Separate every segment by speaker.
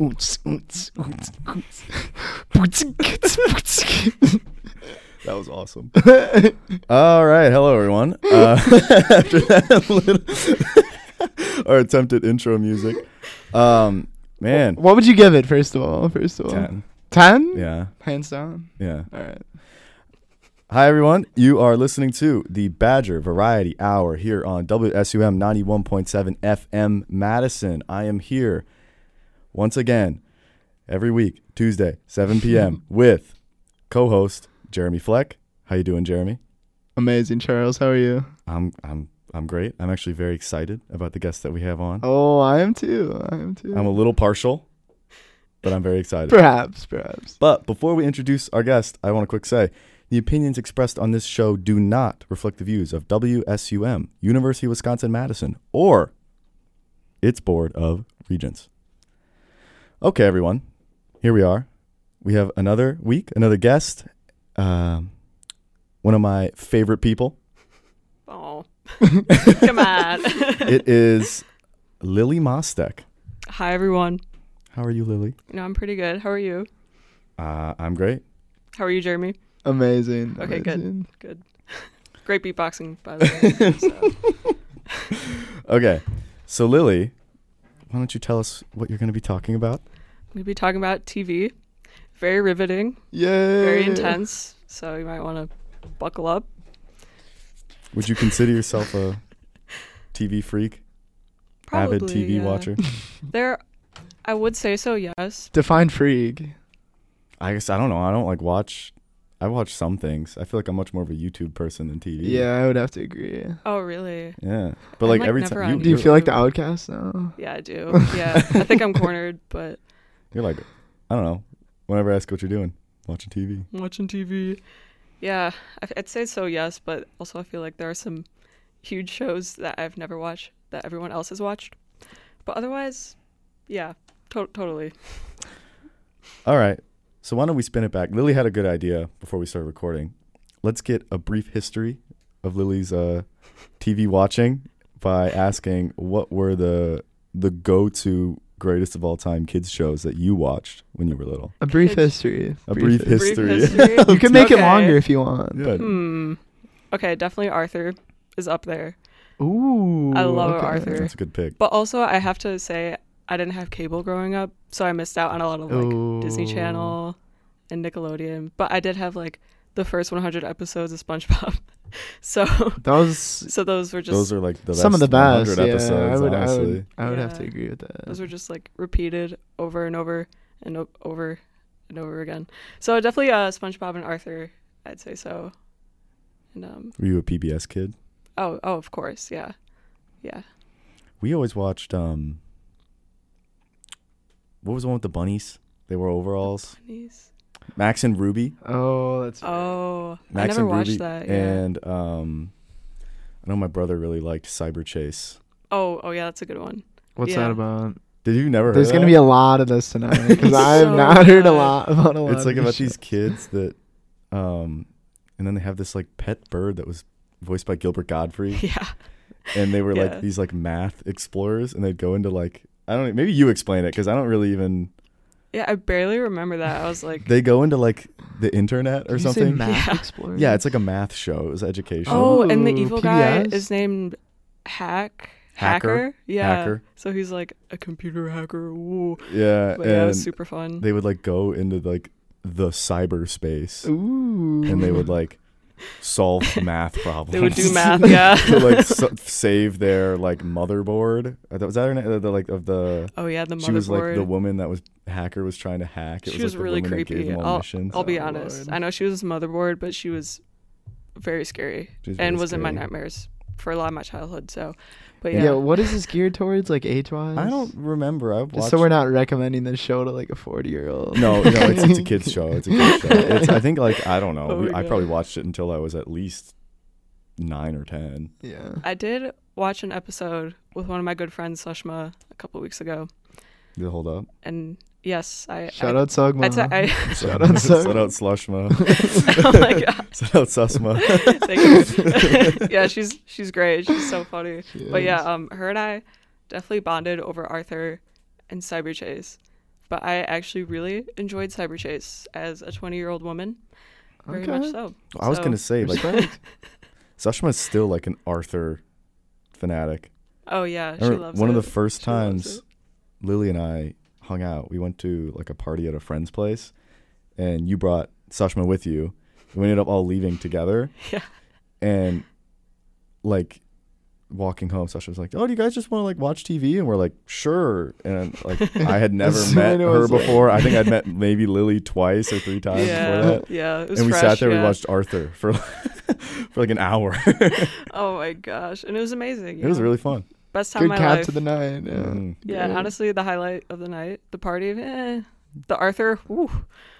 Speaker 1: Oonts, oonts, oonts, oonts. Boots, kits, boots, kits.
Speaker 2: That was awesome. All right, hello everyone. Uh, after that little our attempted intro music, um, man,
Speaker 1: What would you give it, first of all? First of all,
Speaker 2: ten.
Speaker 1: 10?
Speaker 2: Yeah,
Speaker 1: Hands down.
Speaker 2: yeah.
Speaker 1: All right.
Speaker 2: Hi everyone. You are listening to the Badger Variety Hour here on WSUM ninety one point seven FM Madison. I am here once again every week Tuesday seven p.m. with co-host Jeremy Fleck. How you doing, Jeremy?
Speaker 1: Amazing, Charles. How are you?
Speaker 2: I'm I'm I'm great. I'm actually very excited about the guests that we have on.
Speaker 1: Oh, I am too. I am too.
Speaker 2: I'm a little partial, but I'm very excited.
Speaker 1: perhaps, perhaps.
Speaker 2: But before we introduce our guest, I want to quick say the opinions expressed on this show do not reflect the views of WSUM, University of Wisconsin Madison, or its Board of Regents. Okay, everyone, here we are. We have another week, another guest, um, one of my favorite people.
Speaker 3: Oh, come on.
Speaker 2: It is Lily Mostek.
Speaker 3: Hi, everyone.
Speaker 2: How are you, Lily?
Speaker 3: No, I'm pretty good. How are you?
Speaker 2: Uh, I'm great.
Speaker 3: How are you, Jeremy?
Speaker 1: Amazing.
Speaker 3: Okay, good.
Speaker 1: amazing.
Speaker 3: Good. Great beatboxing, by the way.
Speaker 2: Okay, so Lily, why don't you tell us what you're going to be talking about?
Speaker 3: We'll be talking about TV. Very riveting,
Speaker 1: Yay.
Speaker 2: Uh.
Speaker 3: very intense. So you might want to buckle up.
Speaker 2: Would you consider yourself a TV freak,
Speaker 3: Probably,
Speaker 2: avid TV
Speaker 3: yeah.
Speaker 2: watcher?
Speaker 3: There, I would say so. Yes.
Speaker 1: Define freak.
Speaker 2: I guess I don't know. I don't like watch. I watch some things. I feel like I'm much more of a YouTube person than TV.
Speaker 1: Yeah, I would have to agree.
Speaker 3: Oh, really?
Speaker 2: Yeah. But
Speaker 3: I'm,
Speaker 2: like,
Speaker 3: like,
Speaker 2: every
Speaker 3: never
Speaker 2: time
Speaker 3: on
Speaker 2: you,
Speaker 1: Do you
Speaker 2: you're,
Speaker 3: YouTube.
Speaker 1: feel like the outcast now?
Speaker 3: Yeah, I do. Yeah, I think I'm cornered, but
Speaker 2: you're like, I don't know. Whenever I ask what you're doing, watching TV.
Speaker 3: I'm watching TV. Yeah, I f- I'd say so. Yes, but also I feel like there are some huge shows that I've never watched that everyone else has watched. But otherwise, yeah, to- totally.
Speaker 2: All right. So why don't we spin it back? Lily had a good idea before we started recording. Let's get a brief history of Lily's uh, TV watching by asking what were the the go to greatest of all time kids shows that you watched when you were little.
Speaker 1: A brief
Speaker 3: Kids.
Speaker 1: history.
Speaker 2: A brief History.
Speaker 3: Brief history.
Speaker 1: You can make it
Speaker 3: Okay.
Speaker 1: longer if you want.
Speaker 2: Yeah.
Speaker 3: hmm. Okay, definitely Arthur is up there.
Speaker 1: Ooh.
Speaker 3: I love Arthur.
Speaker 2: That's a good pick.
Speaker 3: But also, I have to say, I didn't have cable growing up, so I missed out on a lot of like Disney
Speaker 1: Ooh.
Speaker 3: Channel and Nickelodeon. But I did have like the first 100 episodes of SpongeBob. so,
Speaker 1: That was
Speaker 3: so those were just
Speaker 2: Those are like the
Speaker 1: some of
Speaker 2: best
Speaker 1: the best.
Speaker 2: 100
Speaker 1: Yeah,
Speaker 2: episodes,
Speaker 1: I would, I
Speaker 2: honestly.
Speaker 1: would, I would have to
Speaker 3: Yeah.
Speaker 1: agree with that.
Speaker 3: Those were just like repeated over and over and o- over and over again. So definitely uh, SpongeBob and Arthur, I'd say so. And um,
Speaker 2: Were you a PBS kid?
Speaker 3: oh, oh, of course, yeah, yeah.
Speaker 2: We always watched um what was the one with the bunnies? They wore overalls.
Speaker 3: Bunnies.
Speaker 2: Max and Ruby.
Speaker 1: oh, that's right.
Speaker 3: Oh, I
Speaker 2: Max
Speaker 3: never
Speaker 2: and
Speaker 3: watched
Speaker 2: Ruby
Speaker 3: that. Yeah.
Speaker 2: and um I know my brother really liked Cyber Chase.
Speaker 3: oh, oh yeah, that's a good one.
Speaker 1: What's
Speaker 3: yeah.
Speaker 1: that about?
Speaker 2: Did you never?
Speaker 1: There's
Speaker 2: heard
Speaker 1: gonna be a lot of this tonight because I have
Speaker 3: So
Speaker 1: not heard a
Speaker 3: good.
Speaker 1: lot about a lot.
Speaker 2: It's like
Speaker 1: of
Speaker 2: about these kids that, um, and then they have this like pet bird that was voiced by Gilbert Godfrey,
Speaker 3: Yeah.
Speaker 2: and they were
Speaker 3: Yeah.
Speaker 2: like these like math explorers, and they'd go into like I don't e, maybe you explain it because I don't really even
Speaker 3: Yeah, I barely remember that. I was like,
Speaker 2: they go into like the internet or something.
Speaker 1: math
Speaker 3: Yeah.
Speaker 1: explorer.
Speaker 2: Yeah, it's like a math show. It was educational.
Speaker 3: oh, and the
Speaker 1: Ooh,
Speaker 3: evil guy
Speaker 1: PBS?
Speaker 3: is named Hack.
Speaker 2: Hacker.
Speaker 3: Yeah.
Speaker 2: Hacker.
Speaker 3: So he's like a computer hacker. Ooh.
Speaker 2: Yeah,
Speaker 3: But yeah, it
Speaker 2: and
Speaker 3: was super fun.
Speaker 2: they would like go into like the cyberspace,
Speaker 1: Ooh.
Speaker 2: and they would like solve math problems.
Speaker 3: They would do math. Yeah.
Speaker 2: to like s save their like motherboard. Uh, that- Was that her name? Uh, The, like of the
Speaker 3: Oh yeah, the motherboard.
Speaker 2: she was like the woman that was hacker was trying to hack. It
Speaker 3: She
Speaker 2: was,
Speaker 3: was
Speaker 2: like, the
Speaker 3: really
Speaker 2: woman That gave
Speaker 3: creepy.
Speaker 2: them all missions.
Speaker 3: I'll be
Speaker 1: Oh, Lord.
Speaker 3: honest. I know she was motherboard, but she was very scary
Speaker 2: She was
Speaker 3: and
Speaker 2: really
Speaker 3: was in my
Speaker 2: scary.
Speaker 3: nightmares for a lot of my childhood. So, but
Speaker 1: Yeah.
Speaker 3: yeah,
Speaker 1: What is this geared towards? Like age wise?
Speaker 2: I don't remember. I watched.
Speaker 1: Just so we're not recommending this show to like a forty year old.
Speaker 2: no, no, it's, it's a kids show. It's a kids show. It's, I think like I don't know.
Speaker 3: Oh
Speaker 2: we,
Speaker 3: my
Speaker 2: I
Speaker 3: God.
Speaker 2: probably watched it until I was at least nine or ten.
Speaker 1: Yeah.
Speaker 3: I did watch an episode with one of my good friends, Sushma, a couple weeks ago,
Speaker 2: Did it hold up?
Speaker 3: and yes, I
Speaker 1: Shout
Speaker 3: I,
Speaker 1: out Sogma.
Speaker 3: I'd say I,
Speaker 2: Shout
Speaker 1: out, Sug.
Speaker 2: shout out, Slushma.
Speaker 3: oh my god,
Speaker 2: shout out, Susma.
Speaker 3: thank you. yeah, she's she's great. She's so funny.
Speaker 1: She
Speaker 3: But yeah,
Speaker 1: is.
Speaker 3: um, her and I definitely bonded over Arthur and Cyber Chase. but I actually really enjoyed Cyber Chase as a 20 year old woman. Very much
Speaker 1: Okay.
Speaker 3: so.
Speaker 2: I was
Speaker 3: So-
Speaker 2: gonna say like
Speaker 1: Respect.
Speaker 2: Sushma's still like an Arthur fanatic.
Speaker 3: Oh, yeah.
Speaker 2: I
Speaker 3: She
Speaker 2: remember
Speaker 3: loves
Speaker 2: one
Speaker 3: it.
Speaker 2: of the first
Speaker 3: She loves
Speaker 2: times Lily and I hung out, we went to like a party at a friend's place, and you brought Sashma with you. We ended up all leaving together.
Speaker 3: Yeah.
Speaker 2: And like walking home, Sashma was like, "Oh, do you guys just want to like watch TV?" And we're like, "Sure." And like I had never
Speaker 1: As soon as-
Speaker 2: met her before. I think I'd met maybe Lily twice or three times
Speaker 3: yeah,
Speaker 2: before that.
Speaker 3: Yeah. It was
Speaker 2: And we
Speaker 3: fresh,
Speaker 2: sat there,
Speaker 3: yeah.
Speaker 2: we watched Arthur for for like an hour.
Speaker 3: Oh, my gosh. And it was amazing.
Speaker 2: It was
Speaker 3: yeah.
Speaker 2: really fun.
Speaker 3: Best time
Speaker 1: Good
Speaker 3: of my
Speaker 1: cat
Speaker 3: life.
Speaker 1: to the nine. Yeah.
Speaker 2: Mhm.
Speaker 3: yeah,
Speaker 1: Good.
Speaker 3: honestly, the highlight of the night, the party, eh. The Arthur, woo,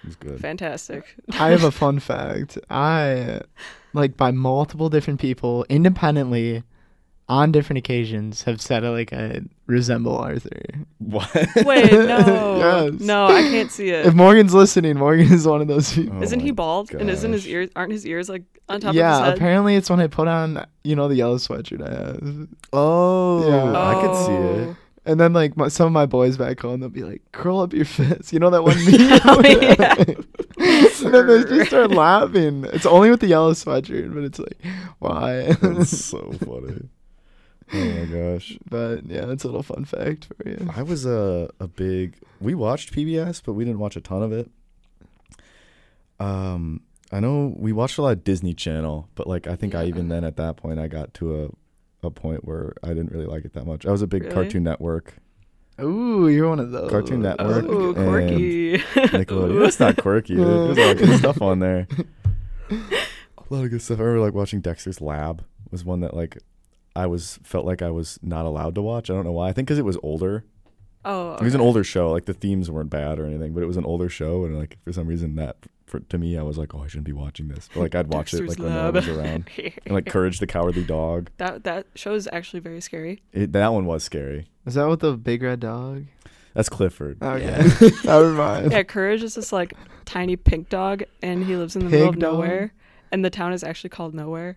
Speaker 2: It was good.
Speaker 3: fantastic.
Speaker 1: I have a fun fact. I, like, by multiple different people independently, on different occasions, have said I like I resemble Arthur.
Speaker 2: What?
Speaker 3: Wait, no,
Speaker 1: Yes.
Speaker 3: no, I can't see it.
Speaker 1: If Morgan's listening, Morgan is one of those people.
Speaker 2: Oh
Speaker 3: Isn't
Speaker 2: my
Speaker 3: he bald? And isn't his
Speaker 2: gosh.
Speaker 3: ears? Aren't his ears like on top
Speaker 1: yeah,
Speaker 3: of his head?
Speaker 1: apparently it's when I put on, you know, the yellow sweatshirt I have.
Speaker 2: Oh,
Speaker 1: Yeah.
Speaker 2: I could see it.
Speaker 3: Oh.
Speaker 1: And then, like, my, some of my boys back home, they'll be like, curl up your fist. You know that one meme?
Speaker 3: Oh, yeah.
Speaker 1: and then they
Speaker 3: Sir.
Speaker 1: just start laughing. It's only with the yellow sweatshirt, but it's like, why?
Speaker 2: That's so funny. Oh my gosh.
Speaker 1: but yeah, that's a little fun fact for you.
Speaker 2: I was a, a big. We watched PBS, but we didn't watch a ton of it. Um, I know we watched a lot of Disney Channel, but like I think I even then at that point I got to a, a point where I didn't really like it that much. I was a big
Speaker 3: Really?
Speaker 2: Cartoon Network,
Speaker 1: Ooh, you're one of those.
Speaker 2: Cartoon
Speaker 1: Oh.
Speaker 2: Network, and
Speaker 3: Ooh, quirky.
Speaker 2: Nickelodeon. That's not quirky. dude. There's a lot of good stuff on there. A lot of good stuff. I remember like watching Dexter's Lab was one that like I was felt like I was not allowed to watch. I don't know why. I think because it was older.
Speaker 3: Oh,
Speaker 2: It was an
Speaker 3: okay.
Speaker 2: older show. Like the themes weren't bad or anything, but it was an older show, and like for some reason that for, to me, I was like, oh, I shouldn't be watching this. But like I'd watch it like
Speaker 3: Dexter's
Speaker 2: when no one
Speaker 3: Lab.
Speaker 2: was around. And like Courage the Cowardly Dog.
Speaker 3: that that show is actually very scary.
Speaker 2: It, that one was scary.
Speaker 1: Is that with the big red dog?
Speaker 2: That's Clifford.
Speaker 3: Oh,
Speaker 1: Okay.
Speaker 3: Yeah.
Speaker 1: Never mind.
Speaker 3: Yeah, Courage is this like tiny pink dog, and he lives in the middle
Speaker 1: Pig
Speaker 3: of
Speaker 1: dog?
Speaker 3: nowhere, and the town is actually called Nowhere,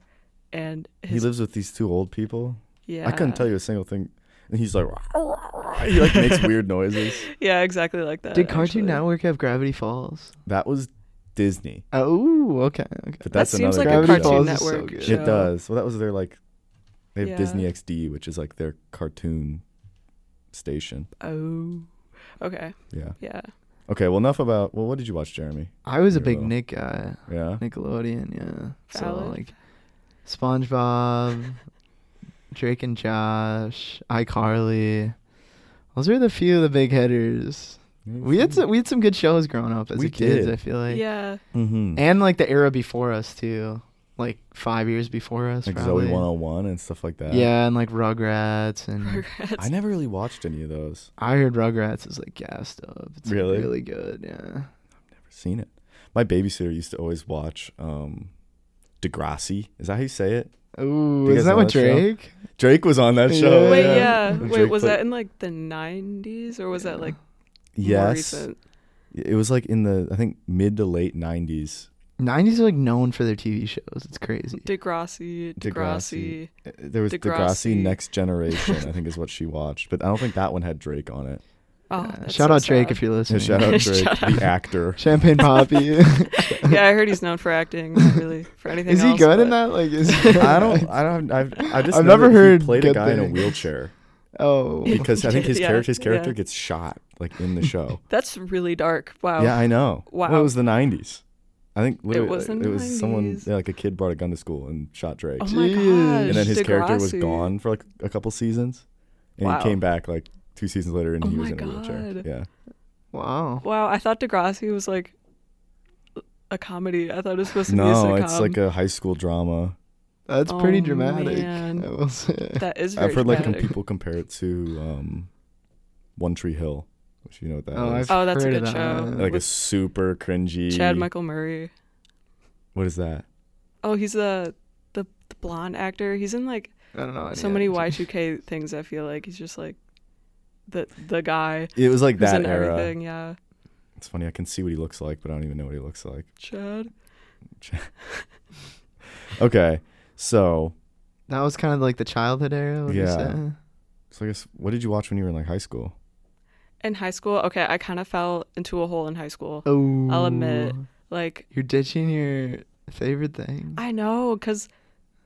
Speaker 3: and
Speaker 2: He
Speaker 3: his
Speaker 2: lives with these two old people.
Speaker 3: yeah,
Speaker 2: I couldn't tell you a single thing. And he's like, he like makes weird noises.
Speaker 3: Yeah, exactly like that.
Speaker 1: Did Cartoon
Speaker 3: actually.
Speaker 1: Network have Gravity Falls?
Speaker 2: That was Disney,
Speaker 1: Oh, okay. okay.
Speaker 2: but
Speaker 3: That
Speaker 2: that's
Speaker 3: seems like
Speaker 2: another
Speaker 3: a
Speaker 2: good
Speaker 1: Gravity
Speaker 3: Cartoon
Speaker 1: Falls is so
Speaker 3: Network
Speaker 1: good.
Speaker 2: show.
Speaker 3: show.
Speaker 2: It does. Well, that was their like they have
Speaker 3: Yeah.
Speaker 2: Disney XD, which is like their cartoon station.
Speaker 3: Oh, okay,
Speaker 2: Yeah.
Speaker 3: yeah.
Speaker 2: Okay, well, enough about. Well, what did you watch, Jeremy?
Speaker 1: I was a
Speaker 2: You're
Speaker 1: big
Speaker 2: little.
Speaker 1: Nick guy.
Speaker 2: Yeah.
Speaker 1: Nickelodeon, yeah. So
Speaker 3: Valid.
Speaker 1: like SpongeBob, Drake and Josh, iCarly. Those are the few of the big hitters. We had some, we had some good shows growing up as
Speaker 2: We
Speaker 1: a kids,
Speaker 2: did.
Speaker 1: I feel like.
Speaker 3: yeah,
Speaker 2: Mm-hmm.
Speaker 1: And like the era before us too. Like five years before us.
Speaker 2: like
Speaker 1: probably.
Speaker 2: Zoe 101 and stuff like that.
Speaker 1: Yeah, and like Rugrats and
Speaker 3: regrets.
Speaker 2: I never really watched any of those.
Speaker 1: I heard Rugrats is like gassed up. It's like,
Speaker 2: Really?
Speaker 1: really good, yeah.
Speaker 2: Never seen it. My babysitter used to always watch um, Degrassi. Is that how you say it?
Speaker 1: Ooh,
Speaker 2: you guys
Speaker 1: is that
Speaker 2: know
Speaker 1: with
Speaker 2: that show?
Speaker 1: Drake?
Speaker 2: Drake was on that show.
Speaker 1: Yeah.
Speaker 3: Wait,
Speaker 1: Yeah.
Speaker 3: yeah.
Speaker 2: And
Speaker 3: Wait,
Speaker 2: Drake
Speaker 3: was
Speaker 2: put-
Speaker 3: that in like the '90s or was that like more
Speaker 2: Yes.
Speaker 3: recent?
Speaker 2: It was like in the I think mid to late 90s.
Speaker 1: Nineties are like known for their TV shows. It's crazy.
Speaker 3: Degrassi,
Speaker 2: Degrassi.
Speaker 3: Degrassi.
Speaker 2: Uh, There was Degrassi,
Speaker 3: Degrassi.
Speaker 2: Next Generation, I think is what she watched, but I don't think that one had Drake on it.
Speaker 3: Oh,
Speaker 1: Yeah.
Speaker 3: that's
Speaker 1: Shout
Speaker 3: so
Speaker 1: out Drake
Speaker 3: sad.
Speaker 1: if you're listening.
Speaker 2: shout out Drake,
Speaker 3: Shout
Speaker 2: the actor.
Speaker 1: Champagne Poppy.
Speaker 3: yeah, I heard he's known for acting, not really for anything.
Speaker 1: is he
Speaker 3: else,
Speaker 1: good in
Speaker 3: but-
Speaker 1: that? Like, is
Speaker 2: I don't. I don't. I've. I just.
Speaker 1: I've
Speaker 2: know
Speaker 1: never
Speaker 2: that he
Speaker 1: heard
Speaker 2: Played a
Speaker 1: good
Speaker 2: guy in a
Speaker 1: things.
Speaker 2: wheelchair
Speaker 1: Oh,
Speaker 2: because I think his
Speaker 3: Yeah,
Speaker 2: character, his
Speaker 3: yeah.
Speaker 2: character gets shot like in the show.
Speaker 3: That's really dark. Wow.
Speaker 2: Yeah, I know.
Speaker 3: Wow.
Speaker 2: Well, it was the '90s. I think literally,
Speaker 3: was the
Speaker 2: like, it was someone
Speaker 3: 90s.
Speaker 2: yeah, like a kid brought a gun to school and shot Drake,
Speaker 3: Oh my
Speaker 1: Jeez.
Speaker 3: gosh.
Speaker 2: and then his character was
Speaker 3: Degrassi.
Speaker 2: gone for like a couple seasons, and
Speaker 3: Wow.
Speaker 2: he came back like two seasons later, and
Speaker 3: Oh
Speaker 2: he was
Speaker 3: my
Speaker 2: in a wheelchair.
Speaker 3: God.
Speaker 2: Yeah,
Speaker 1: wow.
Speaker 3: Wow, I thought Degrassi was like a comedy. I thought it was supposed to be a um,
Speaker 2: no,
Speaker 3: sitcom.
Speaker 2: it's like a high school drama.
Speaker 1: That's pretty
Speaker 3: Oh,
Speaker 1: dramatic.
Speaker 3: man.
Speaker 1: I will say.
Speaker 3: that is very
Speaker 2: I've heard like com-
Speaker 3: dramatic.
Speaker 2: people compare it to um, One Tree Hill, which you know what that is.
Speaker 1: Oh, I've
Speaker 3: Oh, that's a
Speaker 1: heard of
Speaker 3: good
Speaker 1: that.
Speaker 3: show.
Speaker 2: like a
Speaker 3: with
Speaker 2: super cringy.
Speaker 3: Chad Michael Murray.
Speaker 2: What is that?
Speaker 3: Oh, he's the the, the blonde actor. He's in like
Speaker 1: I don't know.
Speaker 3: so
Speaker 1: any
Speaker 3: many
Speaker 1: of it.
Speaker 3: Y2K things. I feel like he's just like the the guy
Speaker 2: It was like
Speaker 3: who's
Speaker 2: that
Speaker 3: in
Speaker 2: era.
Speaker 3: everything. Yeah,
Speaker 2: It's funny. I can see what he looks like, but I don't even know what he looks like.
Speaker 3: Chad.
Speaker 2: Okay, so
Speaker 1: That was kind of like the childhood era. Would
Speaker 2: Yeah.
Speaker 1: You say?
Speaker 2: so I guess what did you watch when you were in like high school?
Speaker 3: in high school, okay, I kind of fell into a hole in high school.
Speaker 1: Oh,
Speaker 3: I'll admit, Like,
Speaker 1: you're ditching your favorite thing.
Speaker 3: I know, because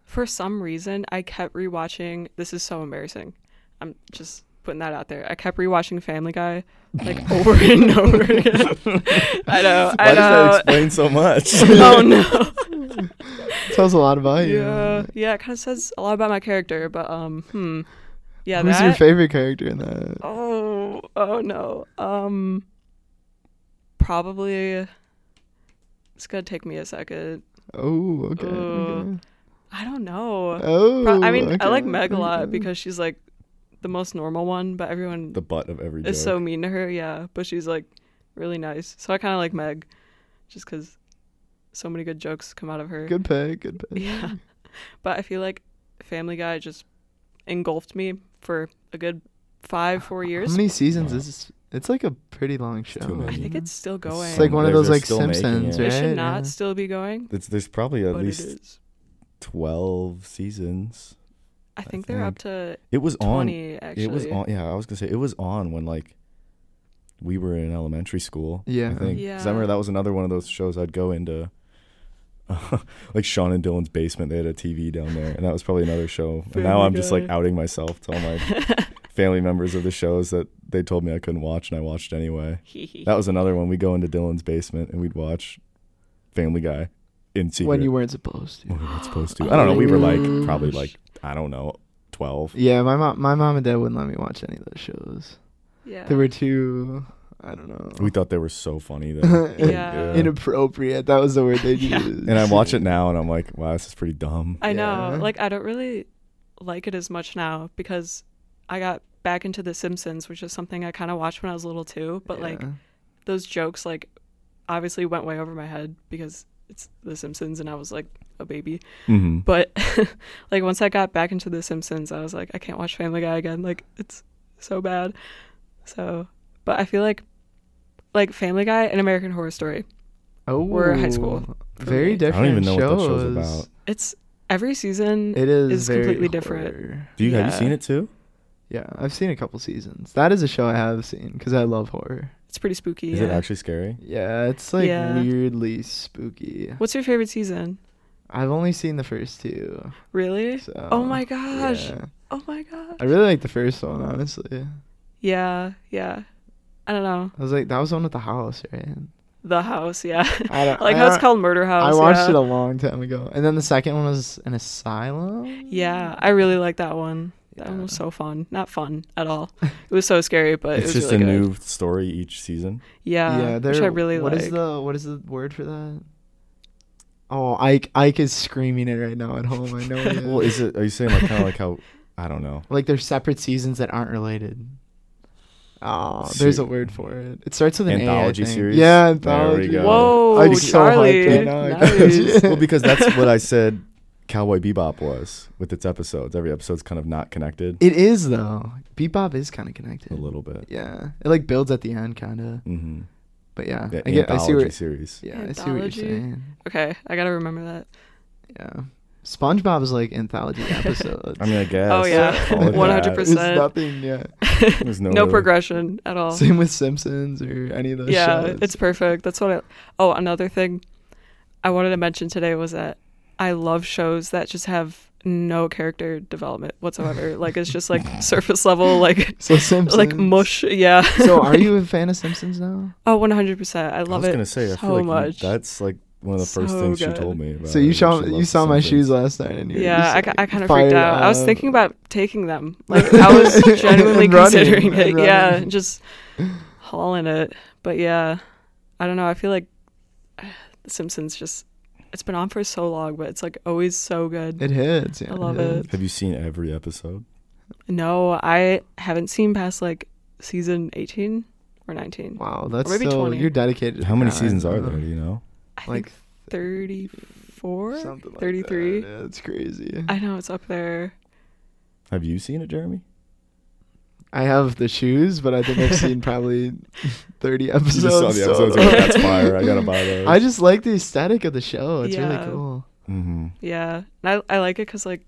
Speaker 3: for some reason, I kept rewatching. This is so embarrassing. I'm just putting that out there. I kept rewatching Family Guy like over and over again. I know.
Speaker 2: Why
Speaker 3: I know.
Speaker 2: does that explain so much?
Speaker 3: oh no.
Speaker 1: Tells a lot about you.
Speaker 3: Yeah. Yeah, it kind of says a lot about my character, but um, hmm. Yeah,
Speaker 1: Who's
Speaker 3: that.
Speaker 1: your favorite character in that?
Speaker 3: Oh, oh no. Um, probably. It's gonna take me a second.
Speaker 1: Oh, okay.
Speaker 3: Uh,
Speaker 1: okay.
Speaker 3: I don't know.
Speaker 1: Oh,
Speaker 3: Pro- I mean, I
Speaker 1: okay,
Speaker 3: like Meg a lot
Speaker 1: okay.
Speaker 3: because she's like the most normal one, but everyone
Speaker 2: the butt of every joke.
Speaker 3: is so mean to her. Yeah, but she's like really nice. So I kind of like Meg, just because so many good jokes come out of her.
Speaker 1: good pick, good pick.
Speaker 3: Yeah, but I feel like Family Guy just engulfed me for a good five, four years.
Speaker 1: How many seasons
Speaker 2: Wow.
Speaker 1: is this? It's like a pretty long show.
Speaker 2: too many.
Speaker 3: I think
Speaker 1: isn't
Speaker 3: it's still going.
Speaker 1: it? it's like one of
Speaker 2: They're
Speaker 1: those like
Speaker 2: still making
Speaker 1: Simpsons,
Speaker 2: it.
Speaker 1: right?
Speaker 3: It should not
Speaker 1: Yeah.
Speaker 3: still be going,
Speaker 2: It's, there's probably at
Speaker 3: but
Speaker 2: least
Speaker 3: it is.
Speaker 2: 12 seasons.
Speaker 3: I think they're up to
Speaker 2: It was on.
Speaker 3: 20, actually.
Speaker 2: It was on. Yeah, I was going to say, it was on when, like, we were in elementary school.
Speaker 1: Yeah.
Speaker 2: I think. 'Cause I
Speaker 3: Yeah.
Speaker 2: remember that was another one of those shows I'd go into. like Sean and Dylan's basement, they had a TV down there, and that was probably another show. and now
Speaker 3: Family
Speaker 2: I'm just like
Speaker 3: Guy.
Speaker 2: outing myself to all Oh my family members of the shows that they told me I couldn't watch, and I watched anyway. That was another one. We go into Dylan's basement and we'd watch Family Guy in secret.
Speaker 1: When you weren't supposed to.
Speaker 2: When we weren't supposed to.
Speaker 3: Oh
Speaker 2: I don't know.
Speaker 3: my
Speaker 2: We were like
Speaker 1: gosh.
Speaker 2: probably like I don't know, twelve.
Speaker 1: Yeah, my mom, my mom and dad wouldn't let me watch any of those shows.
Speaker 3: yeah.
Speaker 1: They were too, I don't know,
Speaker 2: We thought they were so funny though.
Speaker 1: Yeah.
Speaker 2: Yeah.
Speaker 1: inappropriate. That was the word they
Speaker 3: Yeah.
Speaker 1: used.
Speaker 2: And I watch it now and I'm like, wow, this is pretty dumb.
Speaker 3: I know.
Speaker 1: Yeah.
Speaker 3: Like I don't really like it as much now because I got back into The Simpsons, which is something I kind of watched when I was little too. But like
Speaker 1: Yeah.
Speaker 3: those jokes, like obviously went way over my head because it's The Simpsons, and I was like a baby.
Speaker 2: hmm
Speaker 3: But like once I got back into The Simpsons, I was like, I can't watch Family Guy again. Like it's so bad. So, but I feel like like Family Guy and American Horror Story.
Speaker 1: oh,
Speaker 3: were high school for
Speaker 1: Very
Speaker 3: me. I
Speaker 2: I
Speaker 1: different.
Speaker 2: don't even know
Speaker 1: shows.
Speaker 2: what that show's about.
Speaker 3: It's every season.
Speaker 1: It is,
Speaker 3: Is
Speaker 1: very
Speaker 3: completely different.
Speaker 1: horror.
Speaker 2: Do you have you
Speaker 3: Yeah.
Speaker 2: seen it too?
Speaker 1: Yeah, I've seen a couple seasons. That is a show I have seen because I love horror.
Speaker 3: it's pretty spooky.
Speaker 2: Is it
Speaker 3: yeah.
Speaker 2: actually scary?
Speaker 1: Yeah, it's like
Speaker 3: Yeah.
Speaker 1: weirdly spooky.
Speaker 3: What's your favorite season?
Speaker 1: I've only seen the first two.
Speaker 3: Really?
Speaker 1: So,
Speaker 3: oh my gosh.
Speaker 1: yeah.
Speaker 3: Oh my gosh.
Speaker 1: I really like the first one, honestly.
Speaker 3: yeah, yeah. I don't know.
Speaker 1: I was like, that was the one with the house, right?
Speaker 3: The house, yeah.
Speaker 1: I don't
Speaker 3: I like how it's
Speaker 1: don't-
Speaker 3: called Murder House.
Speaker 1: I watched
Speaker 3: yeah.
Speaker 1: it a long time ago. And then the second one was an asylum.
Speaker 3: Yeah, I really like that one. That one
Speaker 1: Yeah.
Speaker 3: was so fun. Not fun at all. It was so scary, but
Speaker 2: it's
Speaker 3: it was
Speaker 2: just
Speaker 3: really
Speaker 2: a
Speaker 3: good.
Speaker 2: new story each season.
Speaker 3: Yeah,
Speaker 1: they're-
Speaker 3: which I really
Speaker 1: What
Speaker 3: like.
Speaker 1: is the what is the word for that? Oh, Ike Ike is screaming it right now at home. I know. he is.
Speaker 2: Well, is it? Are you saying like kind of like how? I don't know.
Speaker 1: like they're separate seasons that aren't related. Oh, there's a
Speaker 2: Se-
Speaker 1: word for it. It starts with an A, I
Speaker 2: Anthology
Speaker 1: think.
Speaker 2: series?
Speaker 1: Yeah,
Speaker 2: There we
Speaker 1: anthology.
Speaker 2: go.
Speaker 3: Whoa,
Speaker 1: I'm so
Speaker 3: Charlie.
Speaker 1: hyped right now. I can't-
Speaker 3: Nice.
Speaker 2: well, because that's what I said. Cowboy Bebop was with its episodes. Every episode's kind of not connected
Speaker 1: It is though. Bebop is kind of connected.
Speaker 2: a little bit.
Speaker 1: Yeah, it like builds at the end, kind of.
Speaker 2: Mm-hmm.
Speaker 1: But yeah,
Speaker 2: The
Speaker 1: I get. I see
Speaker 2: anthology
Speaker 1: where.
Speaker 2: series.
Speaker 1: Yeah, I see what you're
Speaker 3: Anthology?
Speaker 1: saying.
Speaker 3: Okay, I gotta remember that.
Speaker 1: Yeah, SpongeBob is like anthology episodes.
Speaker 2: I mean, I guess.
Speaker 3: Oh, yeah.
Speaker 2: all of that.
Speaker 1: There's
Speaker 3: 100%.
Speaker 1: nothing. Yeah.
Speaker 2: There's no,
Speaker 3: No
Speaker 2: really-
Speaker 3: progression at all.
Speaker 1: Same with Simpsons or any of those
Speaker 3: Oh. yeah,
Speaker 1: shows.
Speaker 3: it's perfect. That's what I. Oh, another thing I wanted to mention today was that I love shows that just have no character development whatsoever. like it's just like surface level, like
Speaker 1: so Simpsons.
Speaker 3: like mush. Yeah.
Speaker 1: so are you a fan of Simpsons now?
Speaker 3: Oh, one hundred percent. I
Speaker 2: I
Speaker 3: love
Speaker 2: was
Speaker 3: it
Speaker 2: gonna say. I
Speaker 3: so
Speaker 2: feel like you-
Speaker 3: much.
Speaker 2: that's like one of the first
Speaker 3: So
Speaker 2: things
Speaker 3: good.
Speaker 2: she told me. About
Speaker 1: So you
Speaker 2: it,
Speaker 1: saw
Speaker 2: she
Speaker 1: you
Speaker 2: loves
Speaker 1: saw my
Speaker 2: Simpsons.
Speaker 1: shoes last night, and you were
Speaker 3: yeah,
Speaker 1: just,
Speaker 3: I, ki-
Speaker 1: like,
Speaker 3: I kind of
Speaker 1: fired
Speaker 3: freaked out. I was
Speaker 1: up.
Speaker 3: thinking about taking them. Like I was genuinely
Speaker 1: And running,
Speaker 3: considering
Speaker 1: and
Speaker 3: it. Yeah,
Speaker 1: running.
Speaker 3: just hauling it. But yeah, I don't know. I feel like The Simpsons just it's been on for so long, but it's like always so good.
Speaker 1: it hits. Yeah,
Speaker 3: I love
Speaker 1: hits.
Speaker 2: Have you seen every episode?
Speaker 3: No, I haven't seen past like season 18 or 19.
Speaker 1: Wow, that's
Speaker 3: maybe
Speaker 1: so
Speaker 3: 20.
Speaker 1: you're dedicated. to
Speaker 2: How many
Speaker 1: that,
Speaker 2: seasons are
Speaker 1: huh?
Speaker 2: there? Do you know?
Speaker 3: I
Speaker 1: Like
Speaker 3: think 34,
Speaker 1: something like
Speaker 3: 33.
Speaker 1: That. Yeah, it's crazy.
Speaker 3: I know it's up there.
Speaker 2: Have you seen it, Jeremy?
Speaker 1: I have the shoes, but I think I've seen probably 30 episodes.
Speaker 2: You just saw the
Speaker 1: so-
Speaker 2: episodes. Like, that's fire. I gotta buy those.
Speaker 1: I just like the aesthetic of the show. It's
Speaker 3: Yeah.
Speaker 1: really cool.
Speaker 2: Mm-hmm.
Speaker 3: Yeah. And I, I like it because, like,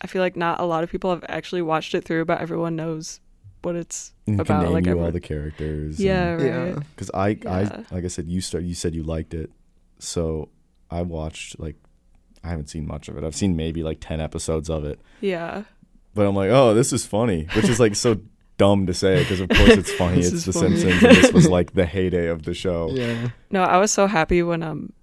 Speaker 3: I feel like not a lot of people have actually watched it through, but everyone knows what it's
Speaker 2: And you can
Speaker 3: about.
Speaker 2: name
Speaker 3: Like
Speaker 2: you all
Speaker 3: everyone-
Speaker 2: the characters.
Speaker 3: yeah, right.
Speaker 1: Yeah.
Speaker 2: Because I, I,
Speaker 3: Yeah.
Speaker 2: like I said, you start. You said you liked it, so I watched like I haven't seen much of it. I've seen maybe like ten episodes of it,
Speaker 3: Yeah.
Speaker 2: but I'm like, oh, this is funny, which is like so dumb to say because of course it's funny.
Speaker 1: This
Speaker 2: it's
Speaker 1: is
Speaker 2: The
Speaker 1: funny.
Speaker 2: Simpsons. and this was like the heyday of the show.
Speaker 1: Yeah.
Speaker 3: No, I was so happy when um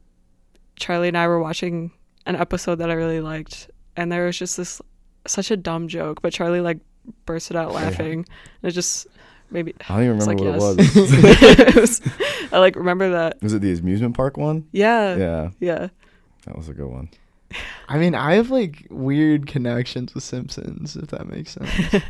Speaker 3: Charlie and I were watching an episode that I really liked and there was just this such a dumb joke, but Charlie like bursted out laughing. And it just maybe
Speaker 2: I don't even
Speaker 3: It's
Speaker 2: remember
Speaker 3: like,
Speaker 2: what
Speaker 3: yes.
Speaker 2: it was.
Speaker 3: it was, I like remember that.
Speaker 2: was it the amusement park one?
Speaker 3: Yeah. Yeah.
Speaker 2: yeah, that was a good one.
Speaker 1: I mean, I have like weird connections with Simpsons, if that makes sense.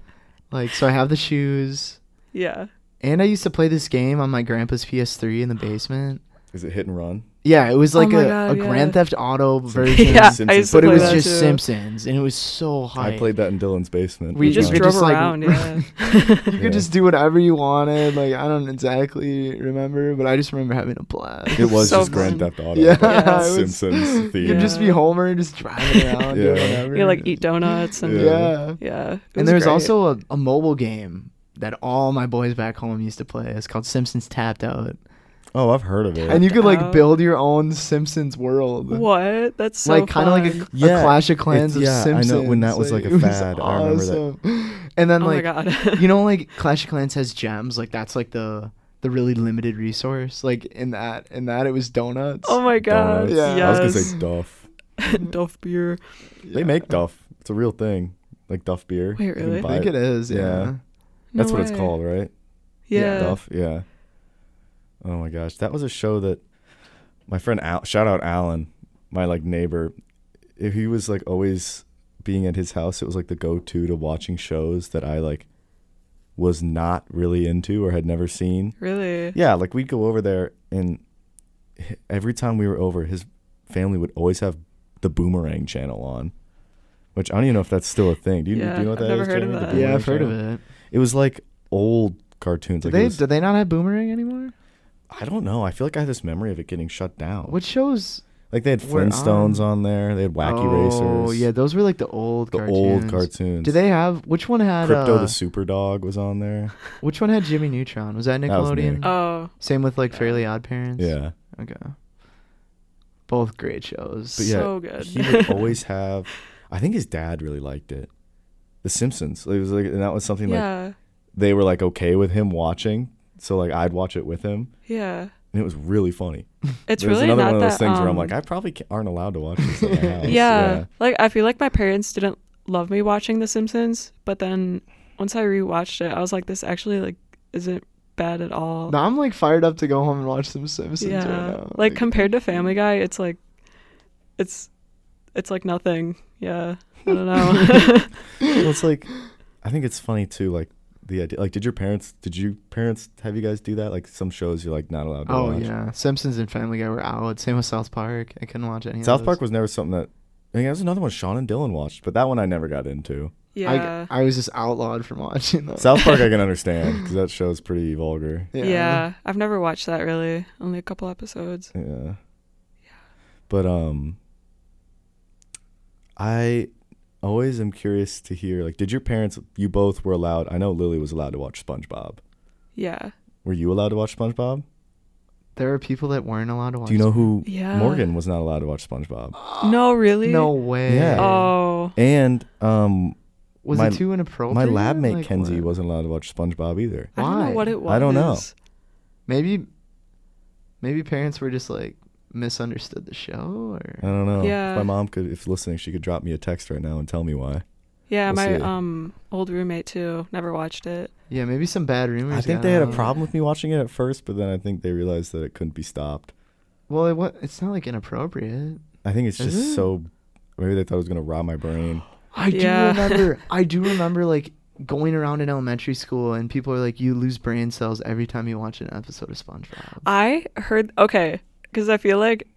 Speaker 1: like, so I have the shoes,
Speaker 3: Yeah.
Speaker 1: and I used to play this game on my grandpa's PS3 in the basement.
Speaker 2: Is it hit and run?
Speaker 1: Yeah, it was
Speaker 3: Oh
Speaker 1: like
Speaker 3: my
Speaker 1: a,
Speaker 3: God,
Speaker 1: a
Speaker 3: yeah.
Speaker 1: Grand Theft Auto version,
Speaker 3: Yeah. I
Speaker 2: Simpsons.
Speaker 3: used to
Speaker 1: but it
Speaker 3: play
Speaker 1: was
Speaker 3: that
Speaker 1: just
Speaker 3: too.
Speaker 1: Simpsons, and it was so hype.
Speaker 2: I played that in Dylan's basement.
Speaker 1: We
Speaker 3: We
Speaker 2: with
Speaker 3: just
Speaker 2: my-
Speaker 1: were
Speaker 3: drove
Speaker 1: just, like,
Speaker 3: around. yeah.
Speaker 1: You could
Speaker 2: Yeah.
Speaker 1: just do whatever you wanted. Like I don't exactly remember, but I just remember having a blast.
Speaker 2: It was
Speaker 3: so
Speaker 2: just Grand
Speaker 3: fun.
Speaker 2: Theft Auto.
Speaker 1: Yeah,
Speaker 2: but
Speaker 1: it was-
Speaker 2: Simpsons
Speaker 1: You
Speaker 2: theme.
Speaker 1: could just be
Speaker 3: Yeah.
Speaker 1: Homer, just driving around, doing
Speaker 2: Yeah.
Speaker 1: whatever.
Speaker 3: you like eat donuts and
Speaker 1: Yeah.
Speaker 2: Yeah.
Speaker 3: Yeah. It
Speaker 1: And there was
Speaker 3: great.
Speaker 1: also a, a mobile game that all my boys back home used to play. It's called Simpsons Tapped Out,
Speaker 2: Oh, I've heard of it.
Speaker 1: and you could like
Speaker 3: Out.
Speaker 1: build your own Simpsons world.
Speaker 3: what? That's so
Speaker 1: like kind of like a,
Speaker 3: fun.
Speaker 1: a
Speaker 2: Yeah,
Speaker 1: Clash of Clans of
Speaker 2: it's- yeah, I
Speaker 1: Simpsons.
Speaker 2: know, when that was, like, a
Speaker 1: it
Speaker 2: fad, I remember that.
Speaker 1: awesome. And then
Speaker 3: Oh
Speaker 1: like
Speaker 3: my god.
Speaker 1: you know like clash of clans has gems like that's like the the really limited resource like in that in that it was donuts
Speaker 3: Oh my god.
Speaker 2: Donuts.
Speaker 1: Yeah.
Speaker 3: Yes.
Speaker 2: I was gonna say Duff.
Speaker 3: Duff beer.
Speaker 2: They make Duff. It's a real thing, like Duff beer.
Speaker 3: Wait,
Speaker 2: You can
Speaker 3: really?
Speaker 1: i
Speaker 2: buy
Speaker 1: think
Speaker 2: it.
Speaker 1: it is yeah,
Speaker 2: Yeah. That's
Speaker 3: No
Speaker 2: what it's
Speaker 3: way.
Speaker 2: called, right?
Speaker 3: Yeah.
Speaker 2: Duff. Yeah. Oh my gosh, that was a show that my friend Al- shout out Alan, my like neighbor. If he was like always being at his house, it was like the go to to watching shows that I like was not really into or had never seen.
Speaker 3: Really?
Speaker 2: Yeah, like we'd go over there, and h- every time we were over, his family would always have the Boomerang channel on, which I don't even know if that's still a thing. Do you, do
Speaker 3: Yeah,
Speaker 2: you know what
Speaker 3: I've
Speaker 2: that
Speaker 3: never
Speaker 2: is,
Speaker 3: heard of
Speaker 2: Jeremy? The
Speaker 1: yeah
Speaker 3: that.
Speaker 2: Boomerang
Speaker 1: i've heard of
Speaker 2: channel?
Speaker 1: it
Speaker 2: It was like old cartoons.
Speaker 1: do
Speaker 2: Like it
Speaker 1: they
Speaker 2: was-
Speaker 1: do they not have boomerang anymore
Speaker 2: I don't know. I feel like I have this memory of it getting shut down.
Speaker 1: what shows
Speaker 2: like they had
Speaker 1: were
Speaker 2: Flintstones on. there. They had Wacky
Speaker 1: oh
Speaker 2: Racers.
Speaker 1: yeah those were like the old
Speaker 2: the
Speaker 1: cartoons.
Speaker 2: old cartoons.
Speaker 1: do they have which one had
Speaker 2: Crypto
Speaker 1: uh,
Speaker 2: the Super Dog was on there.
Speaker 1: which one had jimmy neutron was that
Speaker 2: That was
Speaker 1: nickelodeon
Speaker 2: Nick.
Speaker 3: Oh.
Speaker 1: same with like
Speaker 3: Yeah.
Speaker 1: fairly odd parents
Speaker 2: Yeah.
Speaker 1: okay both great shows
Speaker 2: But yeah,
Speaker 3: so good.
Speaker 2: he would always have. I think his dad really liked it. The Simpsons. It was like, and that was something like
Speaker 3: yeah.
Speaker 2: they were like okay with him watching. So like I'd watch it with him,
Speaker 3: Yeah.
Speaker 2: and it was really funny.
Speaker 3: It's
Speaker 2: There's
Speaker 3: really
Speaker 2: another
Speaker 3: not
Speaker 2: one of those
Speaker 3: that,
Speaker 2: things where I'm
Speaker 3: um,
Speaker 2: like, I probably ca- aren't allowed to watch this. In my house.
Speaker 3: yeah, Like I feel like my parents didn't love me watching The Simpsons, but then once I rewatched it, I was like, this actually like isn't bad at all.
Speaker 1: Now I'm like fired up to go home and watch some Simpsons
Speaker 3: yeah.
Speaker 1: right now.
Speaker 3: Like compared to Family Guy, it's like it's it's like nothing. Yeah. I don't know.
Speaker 2: Well, it's like, I think it's funny too. Like the idea. Like, did your parents? Did you parents have you guys do that? Like some shows you're like not allowed to
Speaker 1: oh
Speaker 2: watch.
Speaker 1: yeah, Simpsons and Family Guy were out. Same with South Park. I couldn't watch any. of
Speaker 2: South
Speaker 1: those.
Speaker 2: Park was never something that. I think that was another one Sean and Dylan watched, but that one I never got into.
Speaker 3: yeah.
Speaker 1: I, I was just outlawed from watching those.
Speaker 2: South Park I can understand because that show's pretty vulgar.
Speaker 3: yeah. I've never watched that really. Only a couple episodes.
Speaker 2: Yeah. But um I always am curious to hear like did your parents you both were allowed I know Lily was allowed to watch SpongeBob.
Speaker 3: Yeah.
Speaker 2: Were you allowed to watch SpongeBob?
Speaker 1: There are people that weren't allowed to watch.
Speaker 2: Do you know who
Speaker 3: Yeah.
Speaker 2: Morgan was not allowed to watch SpongeBob?
Speaker 3: No, really?
Speaker 1: No way.
Speaker 2: Yeah.
Speaker 3: Oh.
Speaker 2: And um
Speaker 1: was
Speaker 2: my-
Speaker 1: it too inappropriate?
Speaker 2: my lab mate
Speaker 1: Like,
Speaker 2: Kenzie
Speaker 1: what?
Speaker 2: wasn't allowed to watch SpongeBob either.
Speaker 3: I don't
Speaker 1: Why?
Speaker 3: know what it was.
Speaker 2: I don't know.
Speaker 1: Maybe, maybe parents were just like misunderstood the show, or
Speaker 2: I don't know.
Speaker 3: Yeah.
Speaker 2: If my mom could if listening, she could drop me a text right now and tell me why.
Speaker 3: Yeah,
Speaker 2: We'll
Speaker 3: my
Speaker 2: see.
Speaker 3: um old roommate too. Never watched it.
Speaker 1: yeah, maybe some bad rumors.
Speaker 2: I think
Speaker 1: got
Speaker 2: they had a
Speaker 1: out.
Speaker 2: problem with me watching it at first, but then I think they realized that it couldn't be stopped.
Speaker 1: Well, it, wa it's not like inappropriate.
Speaker 2: I think it's
Speaker 1: Is
Speaker 2: just
Speaker 1: it?
Speaker 2: so maybe they thought it was gonna rob my brain.
Speaker 1: I
Speaker 3: Yeah.
Speaker 1: do remember. I do remember like going around in elementary school and people are like, "You lose brain cells every time you watch an episode of SpongeBob."
Speaker 3: I heard okay, because I feel like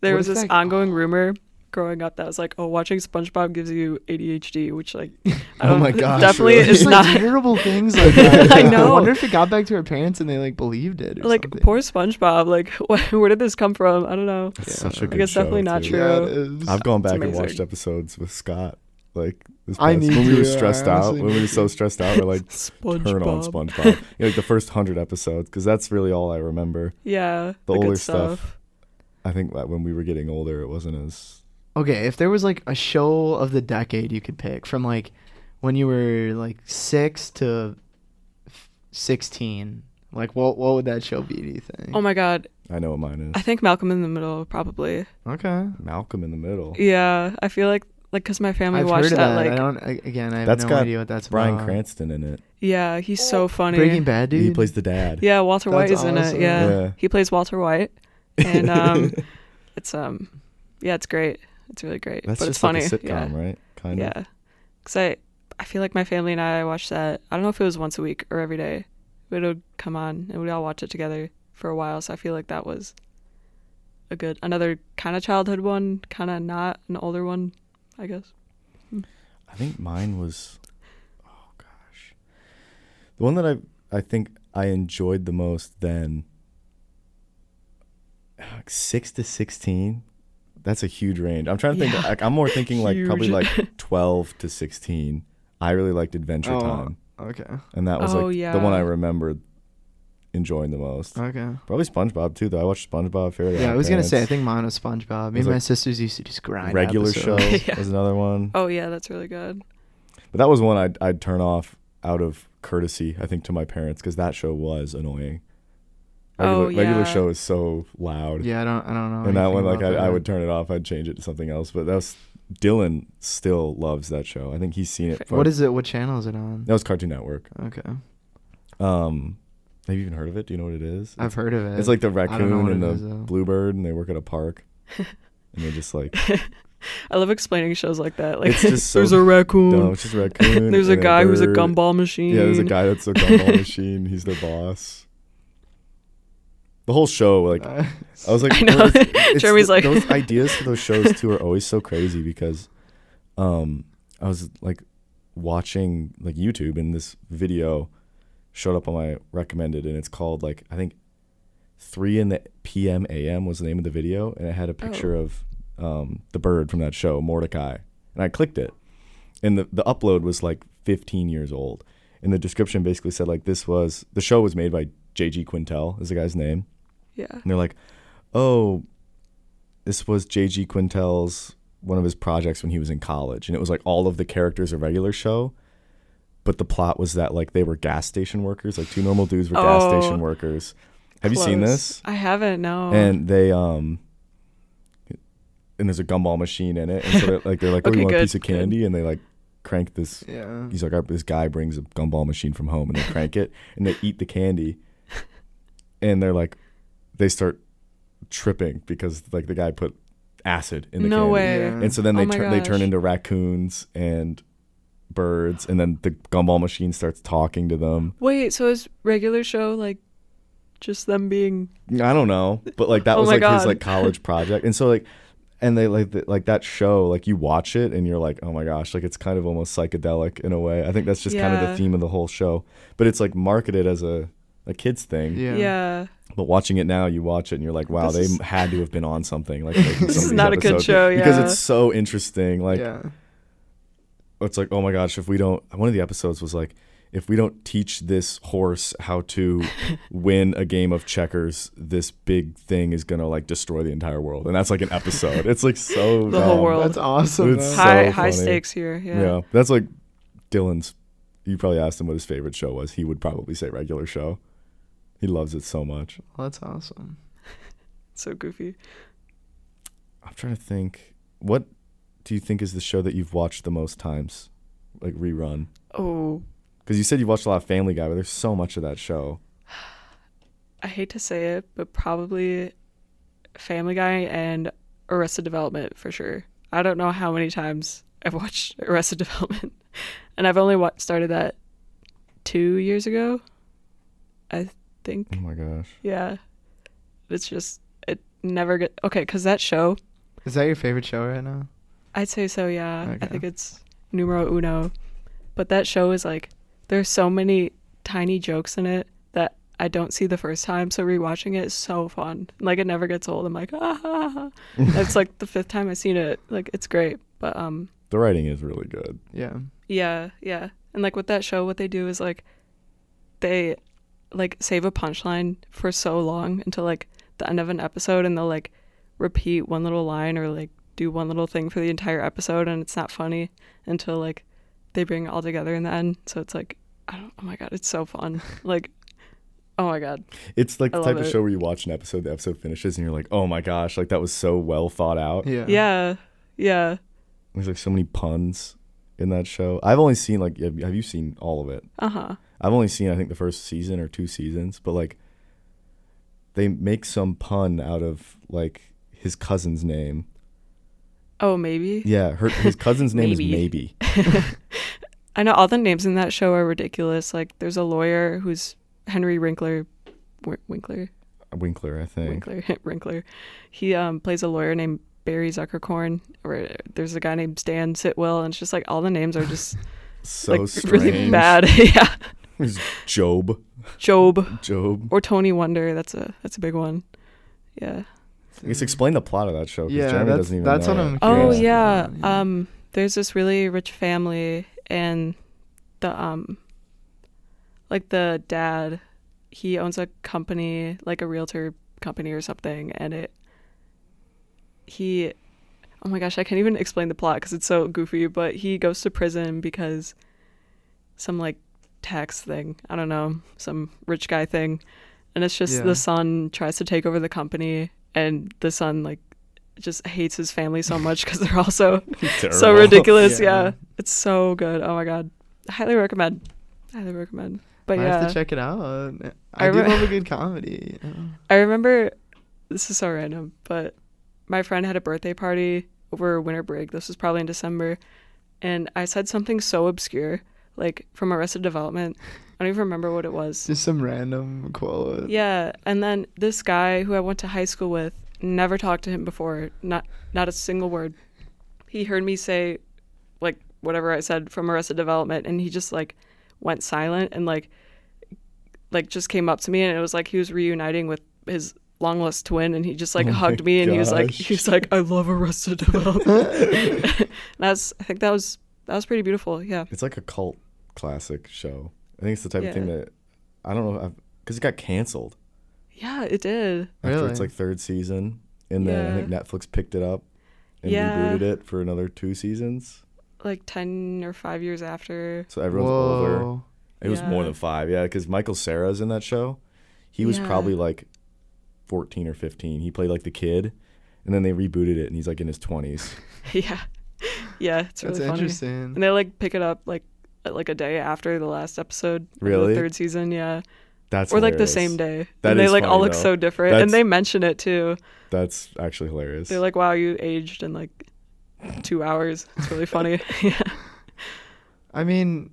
Speaker 3: there
Speaker 1: What
Speaker 3: was
Speaker 1: if
Speaker 3: this
Speaker 1: that-
Speaker 3: ongoing rumor growing up that was like, oh, watching SpongeBob gives you ADHD, which like, I
Speaker 2: Oh
Speaker 3: don't,
Speaker 2: my gosh,
Speaker 3: definitely
Speaker 2: really?
Speaker 3: it's
Speaker 1: It's like
Speaker 3: not.
Speaker 1: terrible things like that.
Speaker 3: I
Speaker 1: I
Speaker 3: know.
Speaker 1: wonder if it got back to her parents and they like believed it. Or
Speaker 3: Like
Speaker 1: something.
Speaker 3: poor SpongeBob. Like, wh- where did this come from? I don't know.
Speaker 2: That's
Speaker 1: Yeah.
Speaker 2: such a
Speaker 1: Like,
Speaker 2: good
Speaker 3: it's definitely
Speaker 2: show,
Speaker 3: not
Speaker 2: too.
Speaker 3: true.
Speaker 1: Yeah, it is.
Speaker 2: I've gone back and
Speaker 3: amazing.
Speaker 2: watched episodes with Scott Like this
Speaker 1: I
Speaker 2: past-
Speaker 1: need
Speaker 2: when we were
Speaker 1: to, I
Speaker 2: stressed out,
Speaker 1: honestly
Speaker 2: when we were
Speaker 1: need
Speaker 2: so
Speaker 1: to.
Speaker 2: stressed out, we're like,
Speaker 3: SpongeBob.
Speaker 2: turn on SpongeBob. Yeah, like the first hundred episodes, because that's really all I remember.
Speaker 3: Yeah,
Speaker 2: The
Speaker 3: the,
Speaker 2: older
Speaker 3: good
Speaker 2: stuff.
Speaker 3: stuff.
Speaker 2: I think that when we were getting older, it wasn't as
Speaker 1: Okay, if there was like a show of the decade you could pick from like when you were like six to f- sixteen, like what what would that show be? Do you think?
Speaker 3: Oh my god,
Speaker 2: I know what mine
Speaker 3: I
Speaker 2: is.
Speaker 3: think Malcolm in the Middle probably.
Speaker 1: okay,
Speaker 2: Malcolm in the Middle.
Speaker 3: Yeah, I feel like like because my family
Speaker 1: I've
Speaker 3: watched
Speaker 1: heard of
Speaker 3: that.
Speaker 1: that. I
Speaker 3: Like,
Speaker 1: don't. I, again, I have
Speaker 2: That's
Speaker 1: no
Speaker 2: got
Speaker 1: idea what that's
Speaker 2: Brian
Speaker 1: about.
Speaker 2: Cranston in it.
Speaker 3: yeah, he's so funny.
Speaker 1: Oh, Breaking Bad, dude.
Speaker 2: He plays the dad.
Speaker 3: Yeah, Walter White
Speaker 1: That's
Speaker 3: is in it.
Speaker 1: awesome.
Speaker 3: Yeah.
Speaker 2: Yeah.
Speaker 3: he plays Walter White, and um, it's um, yeah, it's great. It's really great.
Speaker 2: That's
Speaker 3: but
Speaker 2: just
Speaker 3: it's funny.
Speaker 2: like a
Speaker 3: yeah,
Speaker 2: sitcom, right? Kind of.
Speaker 3: yeah. Because I I feel like my family and I watched that. I don't know if it was once a week or every day, but it would come on and we'd all watch it together for a while. So I feel like that was a good another kind of childhood one, kind of not an older one, I guess.
Speaker 2: I think mine was oh gosh. The one that I I think I enjoyed the most then like, 6 to 16. That's a huge range. I'm trying to think
Speaker 3: Yeah.
Speaker 2: like I'm more thinking like probably
Speaker 3: Huge.
Speaker 2: like 12 to 16. I really liked Adventure
Speaker 1: Oh.
Speaker 2: Time
Speaker 1: Okay.
Speaker 2: and that was
Speaker 3: Oh,
Speaker 2: like
Speaker 3: yeah.
Speaker 2: the one I remembered enjoying the most.
Speaker 1: Okay.
Speaker 2: Probably SpongeBob too though. I watched SpongeBob fairly
Speaker 1: Uh. Yeah, I was gonna say. I think mine was SpongeBob. Me and
Speaker 2: was
Speaker 1: my
Speaker 2: like
Speaker 1: sisters used to just grind.
Speaker 2: regular
Speaker 1: episodes.
Speaker 2: show
Speaker 3: Yeah.
Speaker 2: was another one.
Speaker 3: Oh yeah, that's really good.
Speaker 2: But that was one I'd, I'd turn off out of courtesy, I think, to my parents because that show was annoying. Regular,
Speaker 3: Oh,
Speaker 2: regular
Speaker 3: yeah.
Speaker 2: show is so loud.
Speaker 1: Yeah, I don't. I don't know.
Speaker 2: and that
Speaker 1: anything
Speaker 2: one, like,
Speaker 1: about
Speaker 2: I, I
Speaker 1: that.
Speaker 2: would turn it off. I'd change it to something else. But that's Dylan still loves that show. I think he's seen it.
Speaker 1: What is it? What channel is it on?
Speaker 2: that was Cartoon Network?
Speaker 1: Okay,
Speaker 2: Um, have you even heard of it? Do you know what it is?
Speaker 1: I've heard of it.
Speaker 2: It's like the
Speaker 1: I don't know
Speaker 2: raccoon
Speaker 1: what
Speaker 2: and
Speaker 1: it
Speaker 2: the
Speaker 1: is, though.
Speaker 2: bluebird, and they work at a park, and they're just like,
Speaker 3: I love explaining shows like that. Like
Speaker 2: It's just
Speaker 3: there's
Speaker 2: so
Speaker 3: a raccoon.
Speaker 2: no, it's just a raccoon.
Speaker 3: there's a
Speaker 2: and
Speaker 3: guy who's a
Speaker 2: bird."
Speaker 3: gumball machine.
Speaker 2: Yeah, there's a guy that's a gumball machine. He's their boss. The whole show, like,
Speaker 1: Uh,
Speaker 2: I was like,
Speaker 3: I know.
Speaker 2: "Well, it's- it's
Speaker 3: Jeremy's
Speaker 2: th-
Speaker 3: like-
Speaker 2: those ideas for those shows too are always so crazy because, um, I was like watching like YouTube and this video showed up on my recommended and it's called like I think three in the p.m. a.m. was the name of the video and it
Speaker 3: Oh.
Speaker 2: had a picture of um the bird from that show Mordecai and I clicked it and the the upload was like 15 years old and the description basically said like this was the show was made by J.G. Quintel is the guy's name
Speaker 3: yeah.
Speaker 2: and they're like, oh, this was J.G. Quintel's one of his projects when he was in college. And it was like all of the characters a regular show. But the plot was that like they were gas station workers, like two normal dudes were gas
Speaker 3: Oh,
Speaker 2: station workers. Have you seen
Speaker 3: Close. Oh.
Speaker 2: this?
Speaker 3: I haven't. No.
Speaker 2: And they um and there's a gumball machine in it. And so they're, like they're like, Oh,
Speaker 3: Okay,
Speaker 2: you want a
Speaker 3: good,
Speaker 2: piece of
Speaker 3: good.
Speaker 2: candy? And they like crank this
Speaker 1: yeah.
Speaker 2: he's like, "Our- this guy brings a gumball machine from home and they crank it and they eat the candy. And they're like, they start tripping because like the guy put acid in the
Speaker 3: no
Speaker 2: candy.
Speaker 3: way.
Speaker 1: Yeah.
Speaker 2: And so then they,
Speaker 3: Oh my
Speaker 2: turn they turn
Speaker 3: gosh.
Speaker 2: into raccoons and birds. And then the gumball machine starts talking to them.
Speaker 3: Wait, so is regular show like just them being
Speaker 2: I don't know, but like that
Speaker 3: Oh
Speaker 2: was
Speaker 3: my
Speaker 2: like his
Speaker 3: God.
Speaker 2: like college project, and so like, and they like th- like that show, like you watch it and you're like, oh my gosh, like it's kind of almost psychedelic in a way. I think that's just kind of the
Speaker 3: Yeah.
Speaker 2: theme of the whole show, but it's like marketed as a a kids thing.
Speaker 1: Yeah.
Speaker 3: yeah?
Speaker 2: But watching it now, you watch it and you're like, wow,
Speaker 3: This
Speaker 2: they
Speaker 3: is-
Speaker 2: had to have been on something. Like making
Speaker 3: This
Speaker 2: some
Speaker 3: is
Speaker 2: of these
Speaker 3: not a good
Speaker 2: episodes.
Speaker 3: show,
Speaker 2: because
Speaker 3: yeah.
Speaker 2: it's so interesting. Like
Speaker 1: yeah.
Speaker 2: it's like, oh my gosh, if we don't, one of the episodes was like, if we don't teach this horse how to win a game of checkers, this big thing is gonna like destroy the entire world. And that's like an episode. It's like so
Speaker 3: The whole
Speaker 2: dumb.
Speaker 3: world.
Speaker 1: That's awesome.
Speaker 2: It's
Speaker 1: though.
Speaker 2: so-
Speaker 3: high high
Speaker 2: funny.
Speaker 3: stakes here.
Speaker 2: Yeah.
Speaker 3: Yeah.
Speaker 2: that's like Dylan's. You probably asked him what his favorite show was. He would probably say regular show. He loves it so much.
Speaker 1: Well, that's awesome.
Speaker 3: So goofy.
Speaker 2: I'm trying to think. What do you think is the show that you've watched the most times, like rerun?
Speaker 3: Oh,
Speaker 2: Because you said you watched a lot of Family Guy, but there's so much of that show.
Speaker 3: I hate to say it, but probably Family Guy and Arrested Development for sure. I don't know how many times I've watched Arrested Development, and I've only wa- started that two years ago. I think.
Speaker 2: Oh my gosh.
Speaker 3: Yeah. It's just it never get okay because that show
Speaker 1: Is that your favorite show right now?
Speaker 3: I'd say so, yeah.
Speaker 1: Okay.
Speaker 3: I think it's numero uno. But that show is like, there's so many tiny jokes in it that I don't see the first time. So rewatching it is so fun. Like, it never gets old. I'm like, ah, ha, ha, ha." It's like the fifth time I've seen it. Like, it's great. But um,
Speaker 2: The writing is really good.
Speaker 1: Yeah.
Speaker 3: Yeah, yeah. And like with that show, what they do is like they like save a punchline for so long until like the end of an episode and they'll like repeat one little line or like do one little thing for the entire episode and it's not funny until like they bring it all together in the end. So it's like I don't oh my god, it's so fun. Like oh my god.
Speaker 2: It's like
Speaker 3: I
Speaker 2: the type
Speaker 3: love
Speaker 2: of
Speaker 3: it.
Speaker 2: show where you watch an episode, the episode finishes, and you're like, oh my gosh, like that was so well thought out.
Speaker 1: Yeah.
Speaker 3: Yeah. Yeah.
Speaker 2: There's like so many puns in that show. I've only seen like, have have you seen all of it?
Speaker 3: Uh-huh.
Speaker 2: I've only seen I think the first season or two seasons, but like they make some pun out of like his cousin's name.
Speaker 3: Oh, maybe.
Speaker 2: Yeah, her his cousin's name is
Speaker 3: Maybe.
Speaker 2: Maybe.
Speaker 3: I know all the names in that show are ridiculous. Like there's a lawyer who's Henry Winkler Wi- Winkler
Speaker 2: Winkler, I think.
Speaker 3: Winkler Winkler. He um plays a lawyer named Barry Zuckercorn or there's a guy named Stan Sitwell and it's just like all the names are just
Speaker 2: So
Speaker 3: like
Speaker 2: strange.
Speaker 3: really bad. yeah.
Speaker 2: There's Job.
Speaker 3: Job
Speaker 2: Job.
Speaker 3: or Tony Wonder, that's a that's a big one. Yeah.
Speaker 2: I guess explain the plot of that show because
Speaker 1: Yeah,
Speaker 2: Jeremy
Speaker 1: that's-
Speaker 2: doesn't even
Speaker 1: that's
Speaker 2: know
Speaker 1: what
Speaker 2: it.
Speaker 1: I'm
Speaker 3: Oh
Speaker 1: curious
Speaker 3: yeah.
Speaker 1: about, yeah.
Speaker 3: Um there's this really rich family and the um like the dad he owns a company, like a realtor company or something and it he Oh my gosh, I can't even explain the plot cuz it's so goofy, but he goes to prison because some like tax thing, I don't know, some rich guy thing. And it's just
Speaker 1: Yeah.
Speaker 3: the son tries to take over the company and the son like just hates his family so much because they're also so
Speaker 2: Terrible.
Speaker 3: ridiculous.
Speaker 1: Yeah.
Speaker 3: yeah. it's so good. Oh my god, highly recommend. Highly recommend. But
Speaker 1: I
Speaker 3: yeah,
Speaker 1: have to check it out. I,
Speaker 3: I
Speaker 1: do
Speaker 3: re-
Speaker 1: love a good comedy. you know?
Speaker 3: I remember this is so random, but my friend had a birthday party over winter break. This was probably in December, and I said something so obscure, like from Arrested Development. I don't even remember what it was.
Speaker 1: Just some random quote.
Speaker 3: Yeah, and then this guy who I went to high school with, never talked to him before, not not a single word. He heard me say like whatever I said from Arrested Development and he just like went silent and like like just came up to me and it was like he was reuniting with his long lost twin and he just like
Speaker 2: Oh my
Speaker 3: hugged me and he was like
Speaker 2: gosh.
Speaker 3: he was like I love Arrested Development. and that's I think that was that was pretty beautiful. Yeah.
Speaker 2: It's like a cult classic show. I think it's the type of thing
Speaker 3: Yeah.
Speaker 2: that I don't know because it got canceled
Speaker 3: Yeah, it did.
Speaker 2: after
Speaker 1: Really?
Speaker 2: its like third season, and then I think Netflix picked it up and
Speaker 3: Yeah.
Speaker 2: rebooted it for another two seasons.
Speaker 3: Like 10 or 5 years after.
Speaker 2: So everyone's older.
Speaker 1: Whoa.
Speaker 2: It was more
Speaker 3: Yeah.
Speaker 2: than five, yeah, because Michael Sarah's in that show. He was
Speaker 3: Yeah.
Speaker 2: probably like 14 or 15. He played like the kid, and then they rebooted it, and he's like in his 20s.
Speaker 3: yeah. Yeah, it's really
Speaker 1: That's
Speaker 3: funny.
Speaker 1: interesting.
Speaker 3: And they like pick it up like at, like a day after the last episode of
Speaker 2: Really?
Speaker 3: the third season, yeah.
Speaker 2: That's
Speaker 3: or like the
Speaker 2: hilarious.
Speaker 3: same day.
Speaker 2: That
Speaker 3: and they
Speaker 2: is
Speaker 3: like all
Speaker 2: funny,
Speaker 3: look
Speaker 2: though.
Speaker 3: so different.
Speaker 2: That's-
Speaker 3: And they mention it too.
Speaker 2: That's actually hilarious.
Speaker 3: They're like, Wow, you aged in like two hours. It's really funny. yeah.
Speaker 1: I mean,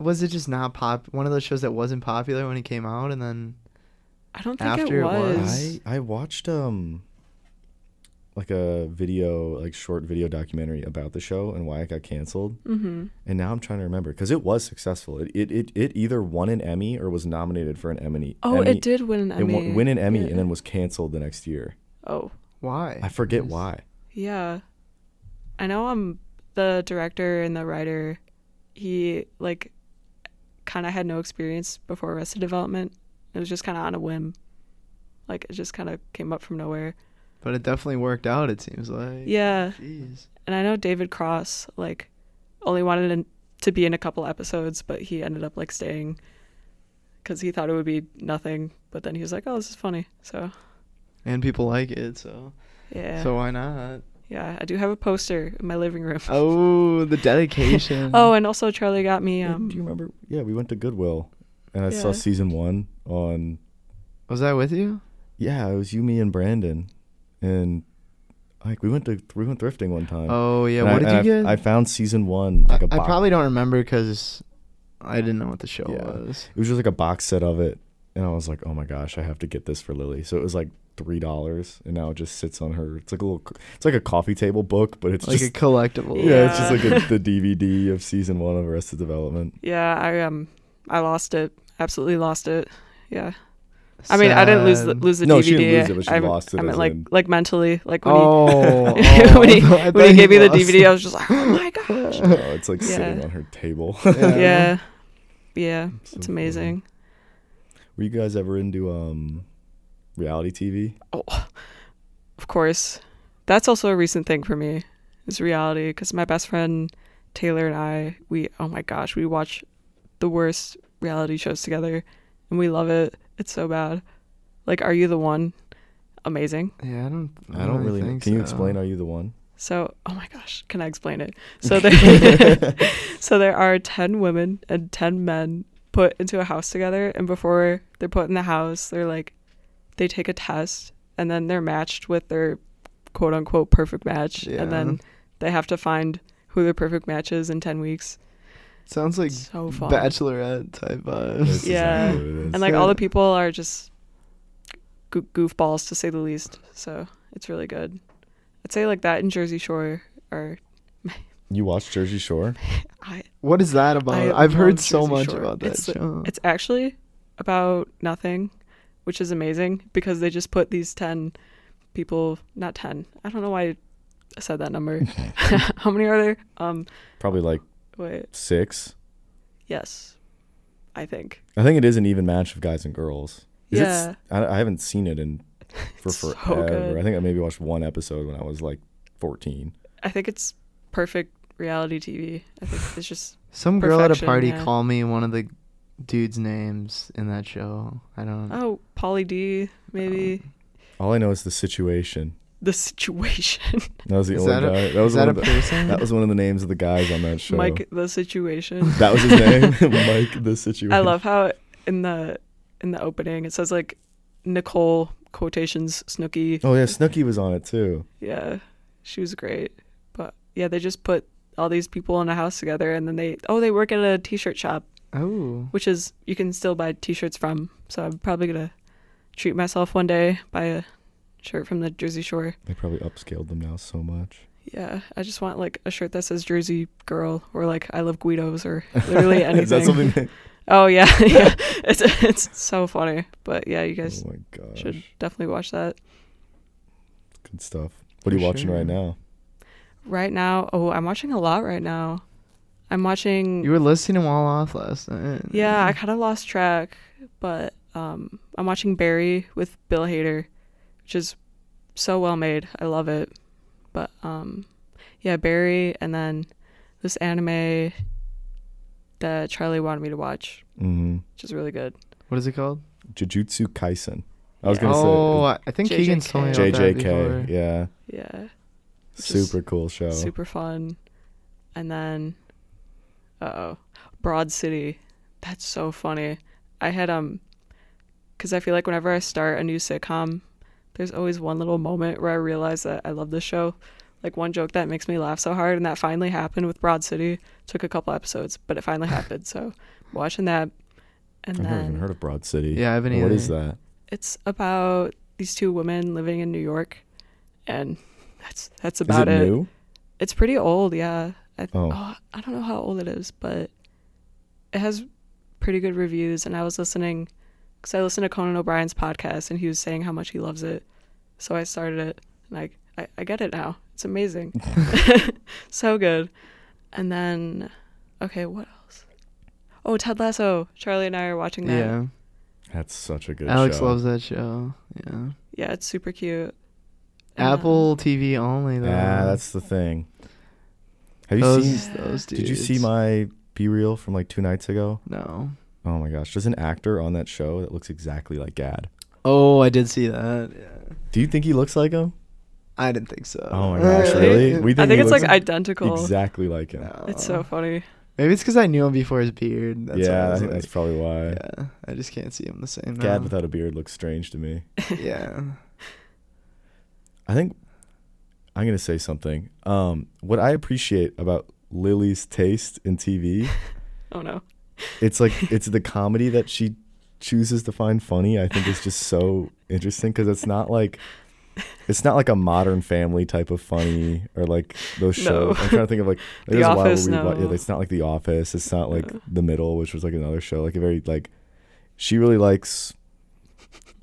Speaker 1: was it just not pop? One of those shows that wasn't popular when it came out, and then
Speaker 3: I don't think
Speaker 1: After
Speaker 3: it
Speaker 1: it was-
Speaker 3: was.
Speaker 2: I I watched um like a video like short video documentary about the show and why it got canceled.
Speaker 3: Mm-hmm.
Speaker 2: And now I'm trying to remember because it was successful. It, it it it either won an Emmy or was nominated for an Emmy.
Speaker 3: Oh,
Speaker 2: Emmy-
Speaker 3: it did win an
Speaker 2: It
Speaker 3: Emmy.
Speaker 2: won, win an Emmy
Speaker 3: Yeah.
Speaker 2: and then was canceled the next year.
Speaker 3: Oh.
Speaker 1: why?
Speaker 2: I forget
Speaker 1: Yes.
Speaker 2: why.
Speaker 3: Yeah. I know um the director and the writer he like kind of had no experience before Arrested Development. It was just kind of on a whim. Like it just kind of came up from nowhere.
Speaker 1: But it definitely worked out. It seems like.
Speaker 3: Yeah.
Speaker 1: Jeez.
Speaker 3: And I know David Cross like only wanted in- to be in a couple episodes, but he ended up like staying cuz he thought it would be nothing, but then he was like, "Oh, this is funny." So,
Speaker 1: And people like it, so
Speaker 3: yeah.
Speaker 1: so why not?
Speaker 3: yeah, I do have a poster in my living room.
Speaker 1: Oh, the dedication.
Speaker 3: Oh, and also Charlie got me
Speaker 2: Yeah,
Speaker 3: um
Speaker 2: Do you remember? Yeah, we went to Goodwill and I saw
Speaker 3: Yeah.
Speaker 2: season one on.
Speaker 1: was that with you?
Speaker 2: Yeah, it was you, me, and Brandon, and like we went to we went thrifting one time.
Speaker 1: Oh yeah.
Speaker 2: And
Speaker 1: What
Speaker 2: I,
Speaker 1: did
Speaker 2: and
Speaker 1: you
Speaker 2: I-
Speaker 1: get?
Speaker 2: I found season one like a
Speaker 1: I
Speaker 2: box.
Speaker 1: probably don't remember because I didn't know what the show
Speaker 2: Yeah.
Speaker 1: was.
Speaker 2: it was just like a box set of it, and I was like, oh my gosh, I have to get this for Lily. So it was like three dollars, and now it just sits on her. It's like a little, co- it's like a coffee table book, but it's
Speaker 1: Like
Speaker 2: just
Speaker 1: a collectible.
Speaker 2: yeah, it's just like
Speaker 3: Yeah.
Speaker 2: a, the DVD of season one of Arrested Development.
Speaker 3: Yeah, I um, I lost it. Absolutely lost it. Yeah, I mean, I didn't lose the,
Speaker 1: Sad.
Speaker 3: lose the
Speaker 2: No,
Speaker 3: DVD.
Speaker 2: she didn't lose it, but she
Speaker 3: I,
Speaker 2: lost it
Speaker 3: I
Speaker 2: as
Speaker 3: meant like
Speaker 2: in-
Speaker 3: like mentally, like when
Speaker 1: Oh,
Speaker 3: he when he,
Speaker 1: I
Speaker 3: when
Speaker 1: thought
Speaker 3: he gave me the
Speaker 1: lost.
Speaker 3: DVD, I was just like, oh my god. much.
Speaker 2: Oh, it's like
Speaker 3: Yeah.
Speaker 2: sitting on her table.
Speaker 1: Yeah.
Speaker 3: yeah. Yeah.
Speaker 2: So funny.
Speaker 3: It's amazing.
Speaker 2: Were you guys ever into um reality TV?
Speaker 3: Of course. That's also a recent thing for me is reality because my best friend Taylor and I, we, oh my gosh, we watch the worst reality shows together and we love it. It's so bad. Like, Are You the One? Amazing.
Speaker 1: Yeah, I don't.
Speaker 2: I don't really know.
Speaker 1: think
Speaker 2: Can you
Speaker 1: so.
Speaker 2: explain? Are you the one?
Speaker 3: So, oh my gosh, can I explain it? So there, so there are ten women and ten men put into a house together, and before they're put in the house, they're like, they take a test, and then they're matched with their quote unquote perfect match,
Speaker 1: Yeah.
Speaker 3: and then they have to find who their perfect match is in ten weeks.
Speaker 1: Sounds like
Speaker 3: so fun,
Speaker 1: bachelorette type
Speaker 2: That's
Speaker 1: vibes.
Speaker 2: exactly
Speaker 3: Yeah.
Speaker 2: what it is.
Speaker 3: and like all
Speaker 1: Yeah.
Speaker 3: the people are just goo- goofballs to say the least. So it's really good. I'd say like that in Jersey Shore are
Speaker 2: you watch Jersey Shore?
Speaker 3: I
Speaker 1: What is that about?
Speaker 3: I
Speaker 1: I've heard
Speaker 3: love
Speaker 1: so
Speaker 3: Jersey
Speaker 1: much
Speaker 3: Shore.
Speaker 1: about that
Speaker 3: It's the-
Speaker 1: show.
Speaker 3: It's actually about nothing, which is amazing because they just put these 10 people, not 10. I don't know why I said that number. How many are there? Um
Speaker 2: Probably like
Speaker 3: wait,
Speaker 2: six.
Speaker 3: yes. I think.
Speaker 2: I think it is an even match of guys and girls. Is it s-
Speaker 3: yeah.
Speaker 2: I, I haven't seen it in for
Speaker 3: It's so
Speaker 2: forever.
Speaker 3: good.
Speaker 2: I think I maybe watched one episode when I was like 14.
Speaker 3: I think it's perfect reality TV. I think it's just
Speaker 1: Some girl at a
Speaker 3: perfection,
Speaker 1: party
Speaker 3: yeah.
Speaker 1: called me one of the dudes' names in that show. I don't.
Speaker 3: oh, Polly D maybe
Speaker 2: Um, All I know is the situation.
Speaker 3: the situation.
Speaker 2: That was the
Speaker 1: Is
Speaker 2: only
Speaker 1: that a-
Speaker 2: guy. that was
Speaker 1: is that
Speaker 2: one
Speaker 1: a
Speaker 2: of the,
Speaker 1: person?
Speaker 2: that was one of the names of the guys on that show.
Speaker 3: Mike the situation.
Speaker 2: That was his name, Mike the situation.
Speaker 3: I love how in the in the opening it says like Nicole quotations Snooky.
Speaker 2: Oh yeah, Snooki was on it too.
Speaker 3: Yeah, she was great. But yeah, they just put all these people in a house together, and then they oh they work at a t-shirt shop,
Speaker 1: oh.
Speaker 3: which is you can still buy t-shirts from. So I'm probably gonna treat myself one day buy a shirt from the Jersey Shore.
Speaker 2: They probably upscaled them now so much.
Speaker 3: Yeah, I just want like a shirt that says Jersey Girl or like I love Guidos or literally anything.
Speaker 2: is that something? That,
Speaker 3: Oh yeah, yeah. It's it's so funny. But yeah, you guys
Speaker 2: oh my gosh,
Speaker 3: should definitely watch that.
Speaker 2: good stuff. What are you
Speaker 1: For
Speaker 2: watching right
Speaker 1: sure.
Speaker 2: now?
Speaker 3: Right now, oh, I'm watching a lot right now. I'm watching.
Speaker 1: You were listing them all off last night.
Speaker 3: Yeah, I kind of lost track, but um, I'm watching Barry with Bill Hader, which is so well made. I love it. But um, yeah, Barry, and then this anime that Charlie wanted me to watch,
Speaker 2: Mm-hmm.
Speaker 3: which is really good.
Speaker 1: What is it called?
Speaker 2: Jujutsu Kaisen. I was
Speaker 3: Yeah.
Speaker 2: gonna
Speaker 1: Oh, I I think
Speaker 3: JJK.
Speaker 1: Keegan's told me
Speaker 2: say
Speaker 1: about that
Speaker 2: JJK.
Speaker 1: before.
Speaker 2: Yeah,
Speaker 3: Yeah, Which is
Speaker 2: super cool show.
Speaker 3: super fun. And then, uh oh, Broad City. That's so funny. I had um, because I feel like whenever I start a new sitcom, there's always one little moment where I realize that I love this show. Like one joke that makes me laugh so hard, and that finally happened with Broad City. Took a couple episodes, but it finally happened. So watching that, and
Speaker 2: I've never
Speaker 3: then
Speaker 2: even heard of Broad City.
Speaker 1: Yeah, I haven't either.
Speaker 2: What is that?
Speaker 3: it's about these two women living in New York, and that's that's
Speaker 2: Is
Speaker 3: about
Speaker 2: it, new?
Speaker 3: it's pretty old, yeah. I,
Speaker 2: Oh.
Speaker 3: oh. I don't know how old it is, but it has pretty good reviews. And I was listening because I listened to Conan O'Brien's podcast, and he was saying how much he loves it. So I started it, and I I, I get it now. It's amazing, so good. And then, okay, what else? Oh, Ted Lasso. Charlie and I are watching that.
Speaker 1: Yeah.
Speaker 2: That's such a good.
Speaker 1: Alex
Speaker 2: show.
Speaker 1: loves that show. Yeah.
Speaker 3: Yeah, it's super cute. And, uh,
Speaker 1: Apple TV only though.
Speaker 2: Ah, that's the thing. Have you
Speaker 1: those,
Speaker 2: seen?
Speaker 1: those dudes.
Speaker 2: Did you see my B reel from like two nights ago?
Speaker 1: No.
Speaker 2: Oh my gosh, there's an actor on that show that looks exactly like Gad.
Speaker 1: Oh, I did see that. Yeah.
Speaker 2: Do you think he looks like him?
Speaker 1: I didn't think so.
Speaker 2: Oh my gosh, really? We
Speaker 3: I
Speaker 2: he
Speaker 3: think it's like
Speaker 2: looks Oh.
Speaker 3: identical.
Speaker 2: Exactly like him.
Speaker 1: No.
Speaker 3: It's so funny.
Speaker 1: Maybe it's because I knew him before his beard. That's why I
Speaker 2: yeah, I
Speaker 1: was
Speaker 2: think
Speaker 1: like-
Speaker 2: that's probably why.
Speaker 1: yeah, I just can't see him the same. now.
Speaker 2: Gad without a beard looks strange to me.
Speaker 1: yeah.
Speaker 2: I think I'm gonna say something. Um, what I appreciate about Lily's taste in TV,
Speaker 3: Oh no.
Speaker 2: it's like it's the comedy that she chooses to find funny. I think is just so interesting because it's not like it's not like a Modern Family type of funny or like those
Speaker 3: No.
Speaker 2: shows. I'm trying to think of like
Speaker 3: The
Speaker 2: there's a while
Speaker 3: Office,
Speaker 2: where we wa-
Speaker 3: no.
Speaker 2: yeah, it's not like The Office. It's not like
Speaker 3: No.
Speaker 2: The Middle, which was like another show. Like a very like she really likes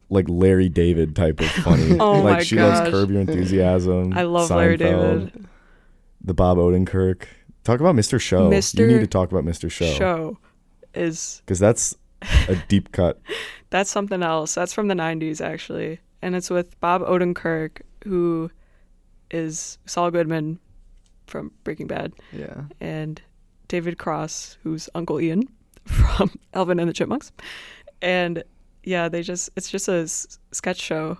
Speaker 2: like Larry David type of funny.
Speaker 3: Oh
Speaker 2: like
Speaker 3: my
Speaker 2: she
Speaker 3: gosh.
Speaker 2: loves Curb Your Enthusiasm.
Speaker 3: I love Larry
Speaker 2: Seinfeld,
Speaker 3: David.
Speaker 2: The Bob Odenkirk Talk about Mr. Show. You need
Speaker 3: Mr.
Speaker 2: to talk about Mr. Show
Speaker 3: show is
Speaker 2: because that's a deep cut.
Speaker 3: that's something else. That's from the 90s actually, and it's with Bob Odenkirk who is Saul Goodman from Breaking Bad
Speaker 1: Yeah.
Speaker 3: and David Cross who's Uncle Ian from Alvin and the Chipmunks. And yeah, they just it's just a s- sketch show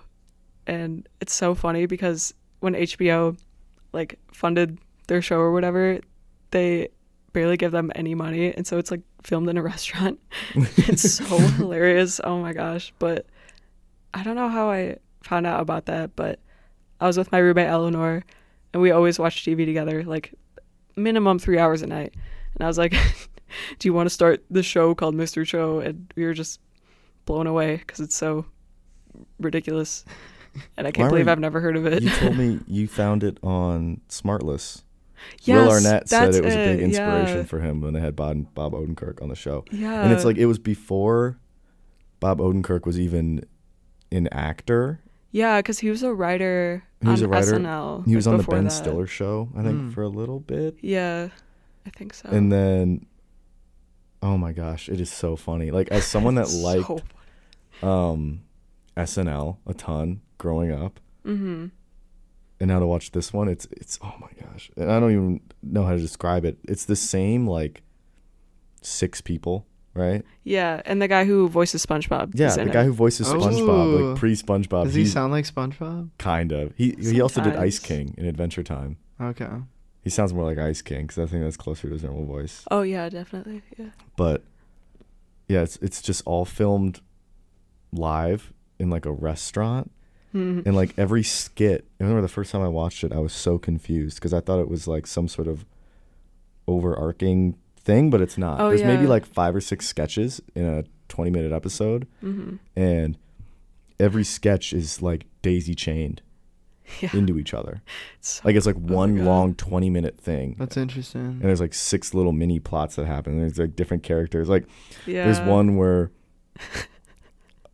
Speaker 3: and it's so funny because when HBO like funded their show or whatever, they barely give them any money and so it's like filmed in a restaurant. it's so hilarious. Oh my gosh, but I don't know how I found out about that, but I was with my roommate Eleanor and we always watch TV together like minimum 3 hours a night. And I was like, "Do you want to start the show called Mr. Show?" And we were just blown away cuz it's so ridiculous. And I can't
Speaker 2: Why were
Speaker 3: believe
Speaker 2: you-
Speaker 3: I've never heard of it.
Speaker 2: You told me you found it on Smartless. Will
Speaker 3: Yes,
Speaker 2: Arnett said
Speaker 3: that's
Speaker 2: it was a big inspiration
Speaker 3: yeah. Uh,
Speaker 2: for him when they had Bob, Bob Odenkirk on the show.
Speaker 3: Yeah.
Speaker 2: and it's like it was before Bob Odenkirk was even an actor.
Speaker 3: yeah, because he was a writer.
Speaker 2: He was
Speaker 3: on
Speaker 2: a writer.
Speaker 3: SNL.
Speaker 2: He was
Speaker 3: like,
Speaker 2: on the
Speaker 3: before
Speaker 2: Ben
Speaker 3: that.
Speaker 2: Stiller show, I think,
Speaker 1: Mm.
Speaker 2: for a little bit.
Speaker 3: Yeah, I think so.
Speaker 2: And then, oh my gosh, it is so funny. Like as someone that
Speaker 3: So-
Speaker 2: liked um, SNL a ton growing up,
Speaker 3: Mhm.
Speaker 2: and now to watch this one, it's it's oh my gosh, and I don't even know how to describe it. It's the same like six people, right?
Speaker 3: Yeah, and the guy who voices SpongeBob.
Speaker 2: Yeah,
Speaker 3: is
Speaker 2: the
Speaker 3: in
Speaker 2: guy
Speaker 3: it.
Speaker 2: who voices SpongeBob,
Speaker 1: Oh.
Speaker 2: like pre SpongeBob,
Speaker 1: Does he sound like SpongeBob?
Speaker 2: kind of. He he also did Ice
Speaker 3: Sometimes.
Speaker 2: King in Adventure Time.
Speaker 1: Okay.
Speaker 2: He sounds more like Ice King because I think that's closer to his normal voice.
Speaker 3: Oh yeah, definitely. Yeah.
Speaker 2: But yeah, it's it's just all filmed live in like a restaurant,
Speaker 3: Mhm.
Speaker 2: and like every skit. I remember the first time I watched it, I was so confused because I thought it was like some sort of overarching thing, but it's not.
Speaker 3: Oh,
Speaker 2: There's maybe
Speaker 3: yeah.
Speaker 2: like five or six sketches in a 20 minute episode,
Speaker 3: Mm-hmm.
Speaker 2: and every sketch is like daisy chained
Speaker 3: Yeah.
Speaker 2: into each other.
Speaker 3: So- Oh
Speaker 2: Like it's like one
Speaker 3: God.
Speaker 2: long 20 minute thing.
Speaker 1: That's
Speaker 2: and
Speaker 1: interesting.
Speaker 2: there's like six little mini plots that happen. There's like different characters. Like
Speaker 3: yeah.
Speaker 2: there's one where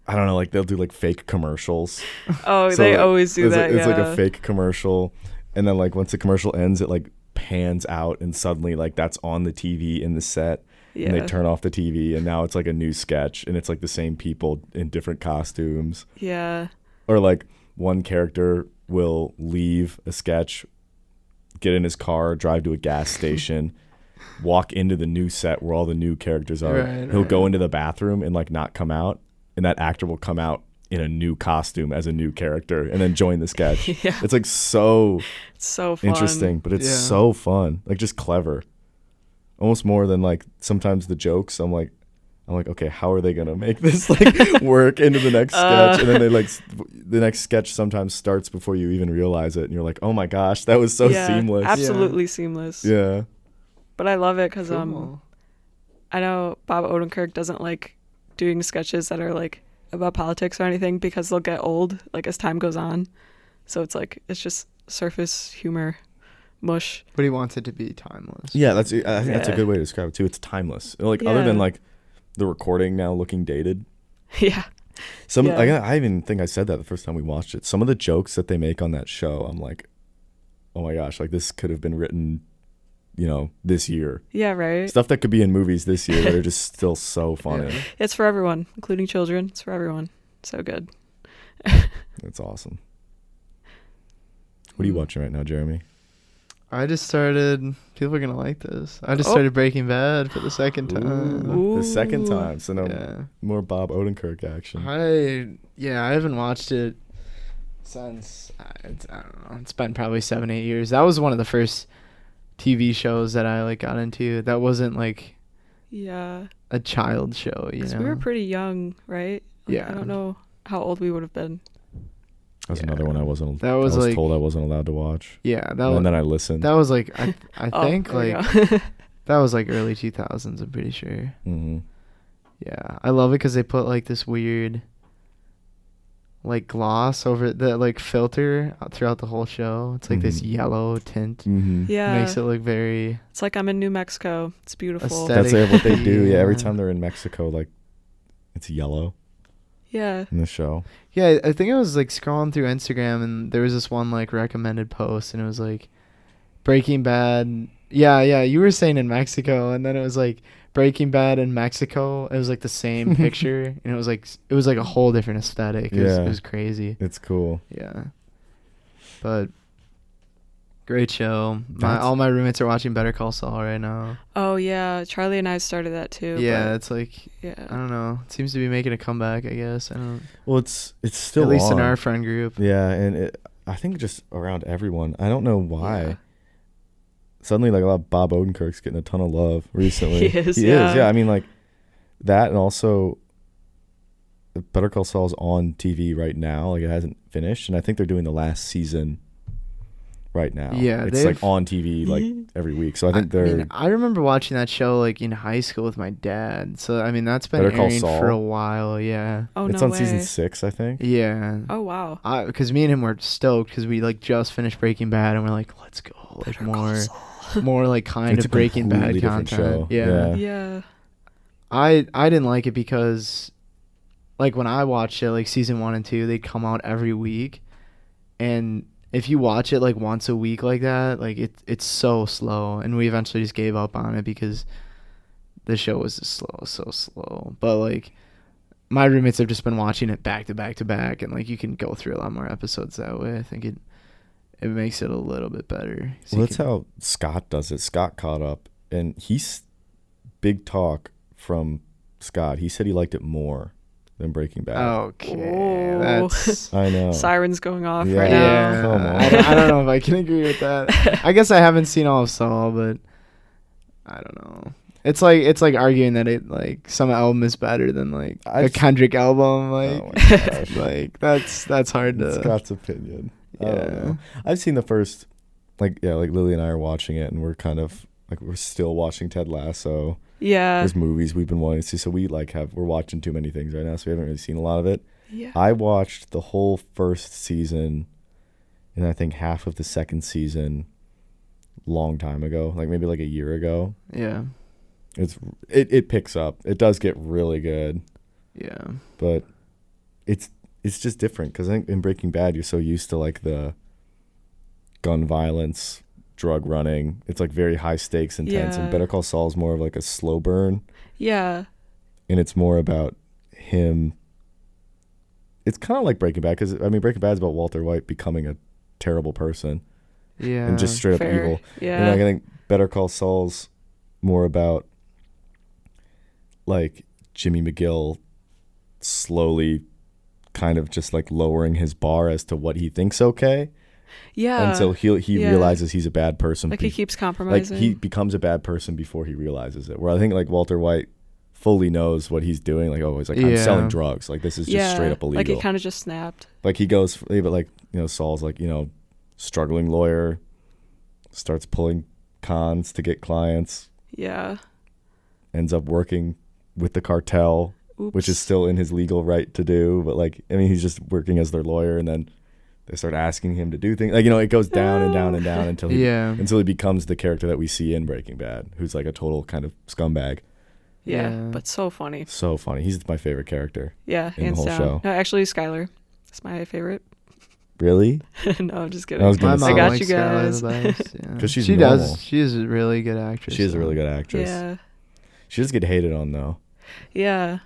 Speaker 2: I don't know, like they'll do like fake commercials.
Speaker 3: Oh,
Speaker 2: So,
Speaker 3: they
Speaker 2: like,
Speaker 3: always do
Speaker 2: it's
Speaker 3: that.
Speaker 2: Like, it's
Speaker 3: yeah.
Speaker 2: like a fake commercial, and then like once the commercial ends, it like pans out, and suddenly like that's on the TV in the set,
Speaker 3: Yeah.
Speaker 2: and they turn off the TV, and now it's like a new sketch, and it's like the same people in different costumes
Speaker 3: yeah.
Speaker 2: or like one character will leave a sketch, get in his car, drive to a gas station, walk into the new set where all the new characters are.
Speaker 1: Right,
Speaker 2: He'll
Speaker 1: right.
Speaker 2: go into the bathroom and like not come out, and that actor will come out in a new costume as a new character and then join the sketch.
Speaker 3: Yeah.
Speaker 2: It's like so
Speaker 3: It's so fun.
Speaker 2: interesting, but it's
Speaker 1: Yeah.
Speaker 2: so fun, like just clever, almost more than like sometimes the jokes. I'm like, I'm like, okay, how are they gonna make this like work into the next
Speaker 3: Uh.
Speaker 2: sketch? And then they like, s- the next sketch sometimes starts before you even realize it, and you're like, oh my gosh, that was so
Speaker 3: yeah,
Speaker 2: seamless.
Speaker 3: Absolutely seamless.
Speaker 2: yeah,
Speaker 3: But I love it because um,
Speaker 1: Cool.
Speaker 3: I know Bob Odenkirk doesn't like doing sketches that are like about politics or anything because they'll get old like as time goes on. So it's like it's just surface humor, mush.
Speaker 1: But he wants it to be timeless.
Speaker 2: yeah. That's I think that's a
Speaker 3: Yeah.
Speaker 2: good way to describe it too. It's timeless. Like other than
Speaker 3: Yeah.
Speaker 2: like the recording now looking dated.
Speaker 3: yeah.
Speaker 2: Some
Speaker 3: Yeah.
Speaker 2: I, I even think I said that the first time we watched it. Some of the jokes that they make on that show, I'm like, oh my gosh, like this could have been written, you know, this year.
Speaker 3: Yeah, right.
Speaker 2: Stuff that could be in movies this year that are just still so funny.
Speaker 1: Yeah.
Speaker 3: It's for everyone, including children. It's for everyone. So good.
Speaker 2: It's awesome. What are you
Speaker 3: Mm.
Speaker 2: watching right now, Jeremy?
Speaker 1: I just started. People are gonna like this. I just
Speaker 3: Oh.
Speaker 1: started Breaking Bad for the second time.
Speaker 3: Ooh.
Speaker 2: The second time, so no
Speaker 1: Yeah.
Speaker 2: more Bob Odenkirk action.
Speaker 1: I yeah, I haven't watched it since uh, it's, I don't know. It's been probably seven, eight years. That was one of the first TV shows that I like got into. That wasn't like
Speaker 3: Yeah.
Speaker 1: a child show, you
Speaker 3: Because
Speaker 1: know.
Speaker 3: we were pretty young, right? Like,
Speaker 1: Yeah.
Speaker 3: I don't know how old we would have been.
Speaker 2: That's
Speaker 1: Yeah.
Speaker 2: another one I wasn't.
Speaker 1: That
Speaker 2: I
Speaker 1: was, like-
Speaker 2: told I wasn't allowed to watch,
Speaker 1: yeah, that
Speaker 2: and
Speaker 1: was
Speaker 2: then I listened.
Speaker 1: that was like I I
Speaker 3: Oh,
Speaker 1: think
Speaker 3: there we
Speaker 1: like
Speaker 3: go.
Speaker 1: that was like early two thousands. I'm pretty sure.
Speaker 2: hmm
Speaker 1: Yeah, I love it because they put like this weird like gloss over the like filter throughout the whole show. It's like this
Speaker 2: Mhm.
Speaker 1: yellow tint.
Speaker 2: hmm
Speaker 3: yeah.
Speaker 1: Makes it look very
Speaker 3: It's like I'm in New Mexico. It's beautiful.
Speaker 1: Aesthetic.
Speaker 2: That's like what they do. Yeah, every
Speaker 1: Yeah.
Speaker 2: time they're in Mexico, like it's yellow
Speaker 3: Yeah.
Speaker 2: in the show.
Speaker 1: Yeah, I I think I was like scrolling through Instagram and there was this one like recommended post and it was like Breaking Bad Yeah, yeah. You were saying in Mexico, and then it was like Breaking Bad in Mexico. It was like the same picture, and it was like s- it was like a whole different aesthetic. It, was,
Speaker 2: Yeah.
Speaker 1: it was crazy.
Speaker 2: It's cool.
Speaker 1: Yeah, but great show. My
Speaker 2: That's-
Speaker 1: all my roommates are watching Better Call Saul right now.
Speaker 3: Oh yeah, Charlie and I started that too. but
Speaker 1: Yeah, it's like I
Speaker 3: yeah.
Speaker 1: don't know. It seems to be making a comeback. I guess I don't.
Speaker 2: Well, it's it's still
Speaker 1: at least in
Speaker 2: on.
Speaker 1: our friend group.
Speaker 2: Yeah, and it, I think just around everyone. I don't know why.
Speaker 3: Yeah.
Speaker 2: Suddenly, like a lot of Bob Odenkirk's getting a ton of love recently.
Speaker 3: He is, yeah.
Speaker 2: I mean, like that, and also Better Call Saul's on TV right now. Like it hasn't finished, and I think they're doing the last season right now.
Speaker 1: Yeah,
Speaker 2: it's like
Speaker 1: they've-
Speaker 2: on TV like every week. So I think they're.
Speaker 1: mean, I remember watching that show like in high school with my dad. So I mean, that's been
Speaker 2: Better Call
Speaker 1: airing for a
Speaker 2: Saul?
Speaker 1: while. Yeah,
Speaker 3: Oh
Speaker 2: it's
Speaker 3: no
Speaker 2: on
Speaker 3: way.
Speaker 2: season six, I think.
Speaker 1: yeah.
Speaker 3: Oh wow.
Speaker 1: I because me and him were stoked because we like just finished Breaking Bad and we're like, let's go like more, more like kind
Speaker 2: It's
Speaker 1: of
Speaker 2: a
Speaker 1: Breaking Bad
Speaker 2: completely different
Speaker 1: content.
Speaker 2: show.
Speaker 1: Yeah.
Speaker 2: Yeah.
Speaker 3: Yeah.
Speaker 1: I I didn't like it because, like when I watched it, like season one and two, they come out every week, and if you watch it like once a week like that, like it it's so slow, and we eventually just gave up on it because the show was just slow, so slow. But like my roommates have just been watching it back to back to back, and like you can go through a lot more episodes that way. I think it it makes it a little bit better. So
Speaker 2: Well,
Speaker 1: you
Speaker 2: that's
Speaker 1: can-
Speaker 2: how Scott does it. Scott caught up, and he's big talk from Scott. He said he liked it more than Breaking Bad.
Speaker 1: okay,
Speaker 3: Oh.
Speaker 1: that's.
Speaker 2: I know.
Speaker 3: Sirens going off
Speaker 2: Yeah.
Speaker 3: right
Speaker 1: Yeah,
Speaker 3: now.
Speaker 2: Come on.
Speaker 1: I, don't, I don't know if I can agree with that. I guess I haven't seen all of Saul, but I don't know. It's like it's like arguing that it like some album is better than like a
Speaker 2: I've-
Speaker 1: Kendrick album. Like,
Speaker 2: Oh my gosh.
Speaker 1: like that's that's hard to.
Speaker 2: Scott's opinion. I
Speaker 1: Yeah.
Speaker 2: don't know. I've seen the first, like yeah, like Lily and I are watching it, and we're kind of like we're still watching Ted Lasso.
Speaker 3: Yeah.
Speaker 2: There's movies we've been wanting to see, so we like have we're watching too many things right now, so we haven't really seen a lot of it.
Speaker 3: Yeah.
Speaker 2: I watched the whole first season and I think half of the second season long time ago, like maybe like a year ago.
Speaker 1: Yeah,
Speaker 2: It's it, it picks up. It does get really good,
Speaker 1: yeah,
Speaker 2: but it's it's just different cuz I think in Breaking Bad you're so used to like the gun violence, drug running. It's like very high stakes intense and
Speaker 3: Yeah.
Speaker 2: Better Call Saul is more of like a slow burn
Speaker 3: Yeah.
Speaker 2: and it's more about him. It's kind of like Breaking Bad because I mean Breaking Bad is about Walter White becoming a terrible person
Speaker 1: yeah.
Speaker 2: and just straight up
Speaker 3: Oh, Fair.
Speaker 2: evil. And
Speaker 3: Yeah.
Speaker 2: like, I think Better Call Saul's more about like Jimmy McGill slowly kind of just like lowering his bar as to what he thinks okay
Speaker 3: yeah.
Speaker 2: until he he
Speaker 3: yeah.
Speaker 2: realizes he's a bad person
Speaker 3: like he
Speaker 2: bef-
Speaker 3: keeps
Speaker 2: like
Speaker 3: compromising.
Speaker 2: he becomes a bad person before he realizes it. Where I think like Walter White fully knows what he's doing. Like oh, he's like I'm
Speaker 1: Yeah.
Speaker 2: selling drugs. Like this is just
Speaker 3: yeah.
Speaker 2: straight up illegal.
Speaker 3: Like it kind of just snapped.
Speaker 2: like he goes, yeah, but like you know Saul's like you know struggling lawyer starts pulling cons to get clients.
Speaker 3: Yeah.
Speaker 2: Ends up working with the cartel,
Speaker 3: Oops.
Speaker 2: which is still in his legal right to do. But like I mean, he's just working as their lawyer, and then they start asking him to do things. Like you know, it goes down and down and down until he
Speaker 1: yeah.
Speaker 2: until he becomes the character that we see in Breaking Bad, who's like a total kind of scumbag.
Speaker 3: yeah,
Speaker 1: Yeah.
Speaker 3: but so funny.
Speaker 2: So funny. He's my favorite character.
Speaker 3: Yeah,
Speaker 2: the
Speaker 3: hands
Speaker 2: whole
Speaker 3: down.
Speaker 2: show.
Speaker 3: No, actually, Skylar. It's my favorite.
Speaker 2: Really?
Speaker 3: no, I'm just kidding.
Speaker 2: I was gonna
Speaker 1: My mom
Speaker 2: say
Speaker 3: I got
Speaker 1: likes
Speaker 3: you
Speaker 1: Skylar
Speaker 3: guys.
Speaker 1: the best. Yeah.
Speaker 2: 'Cause she's
Speaker 1: she
Speaker 2: normal.
Speaker 1: does. She is a really good actress.
Speaker 2: she is a
Speaker 1: though.
Speaker 2: really good actress.
Speaker 3: yeah,
Speaker 2: She does get hated on though.
Speaker 3: yeah,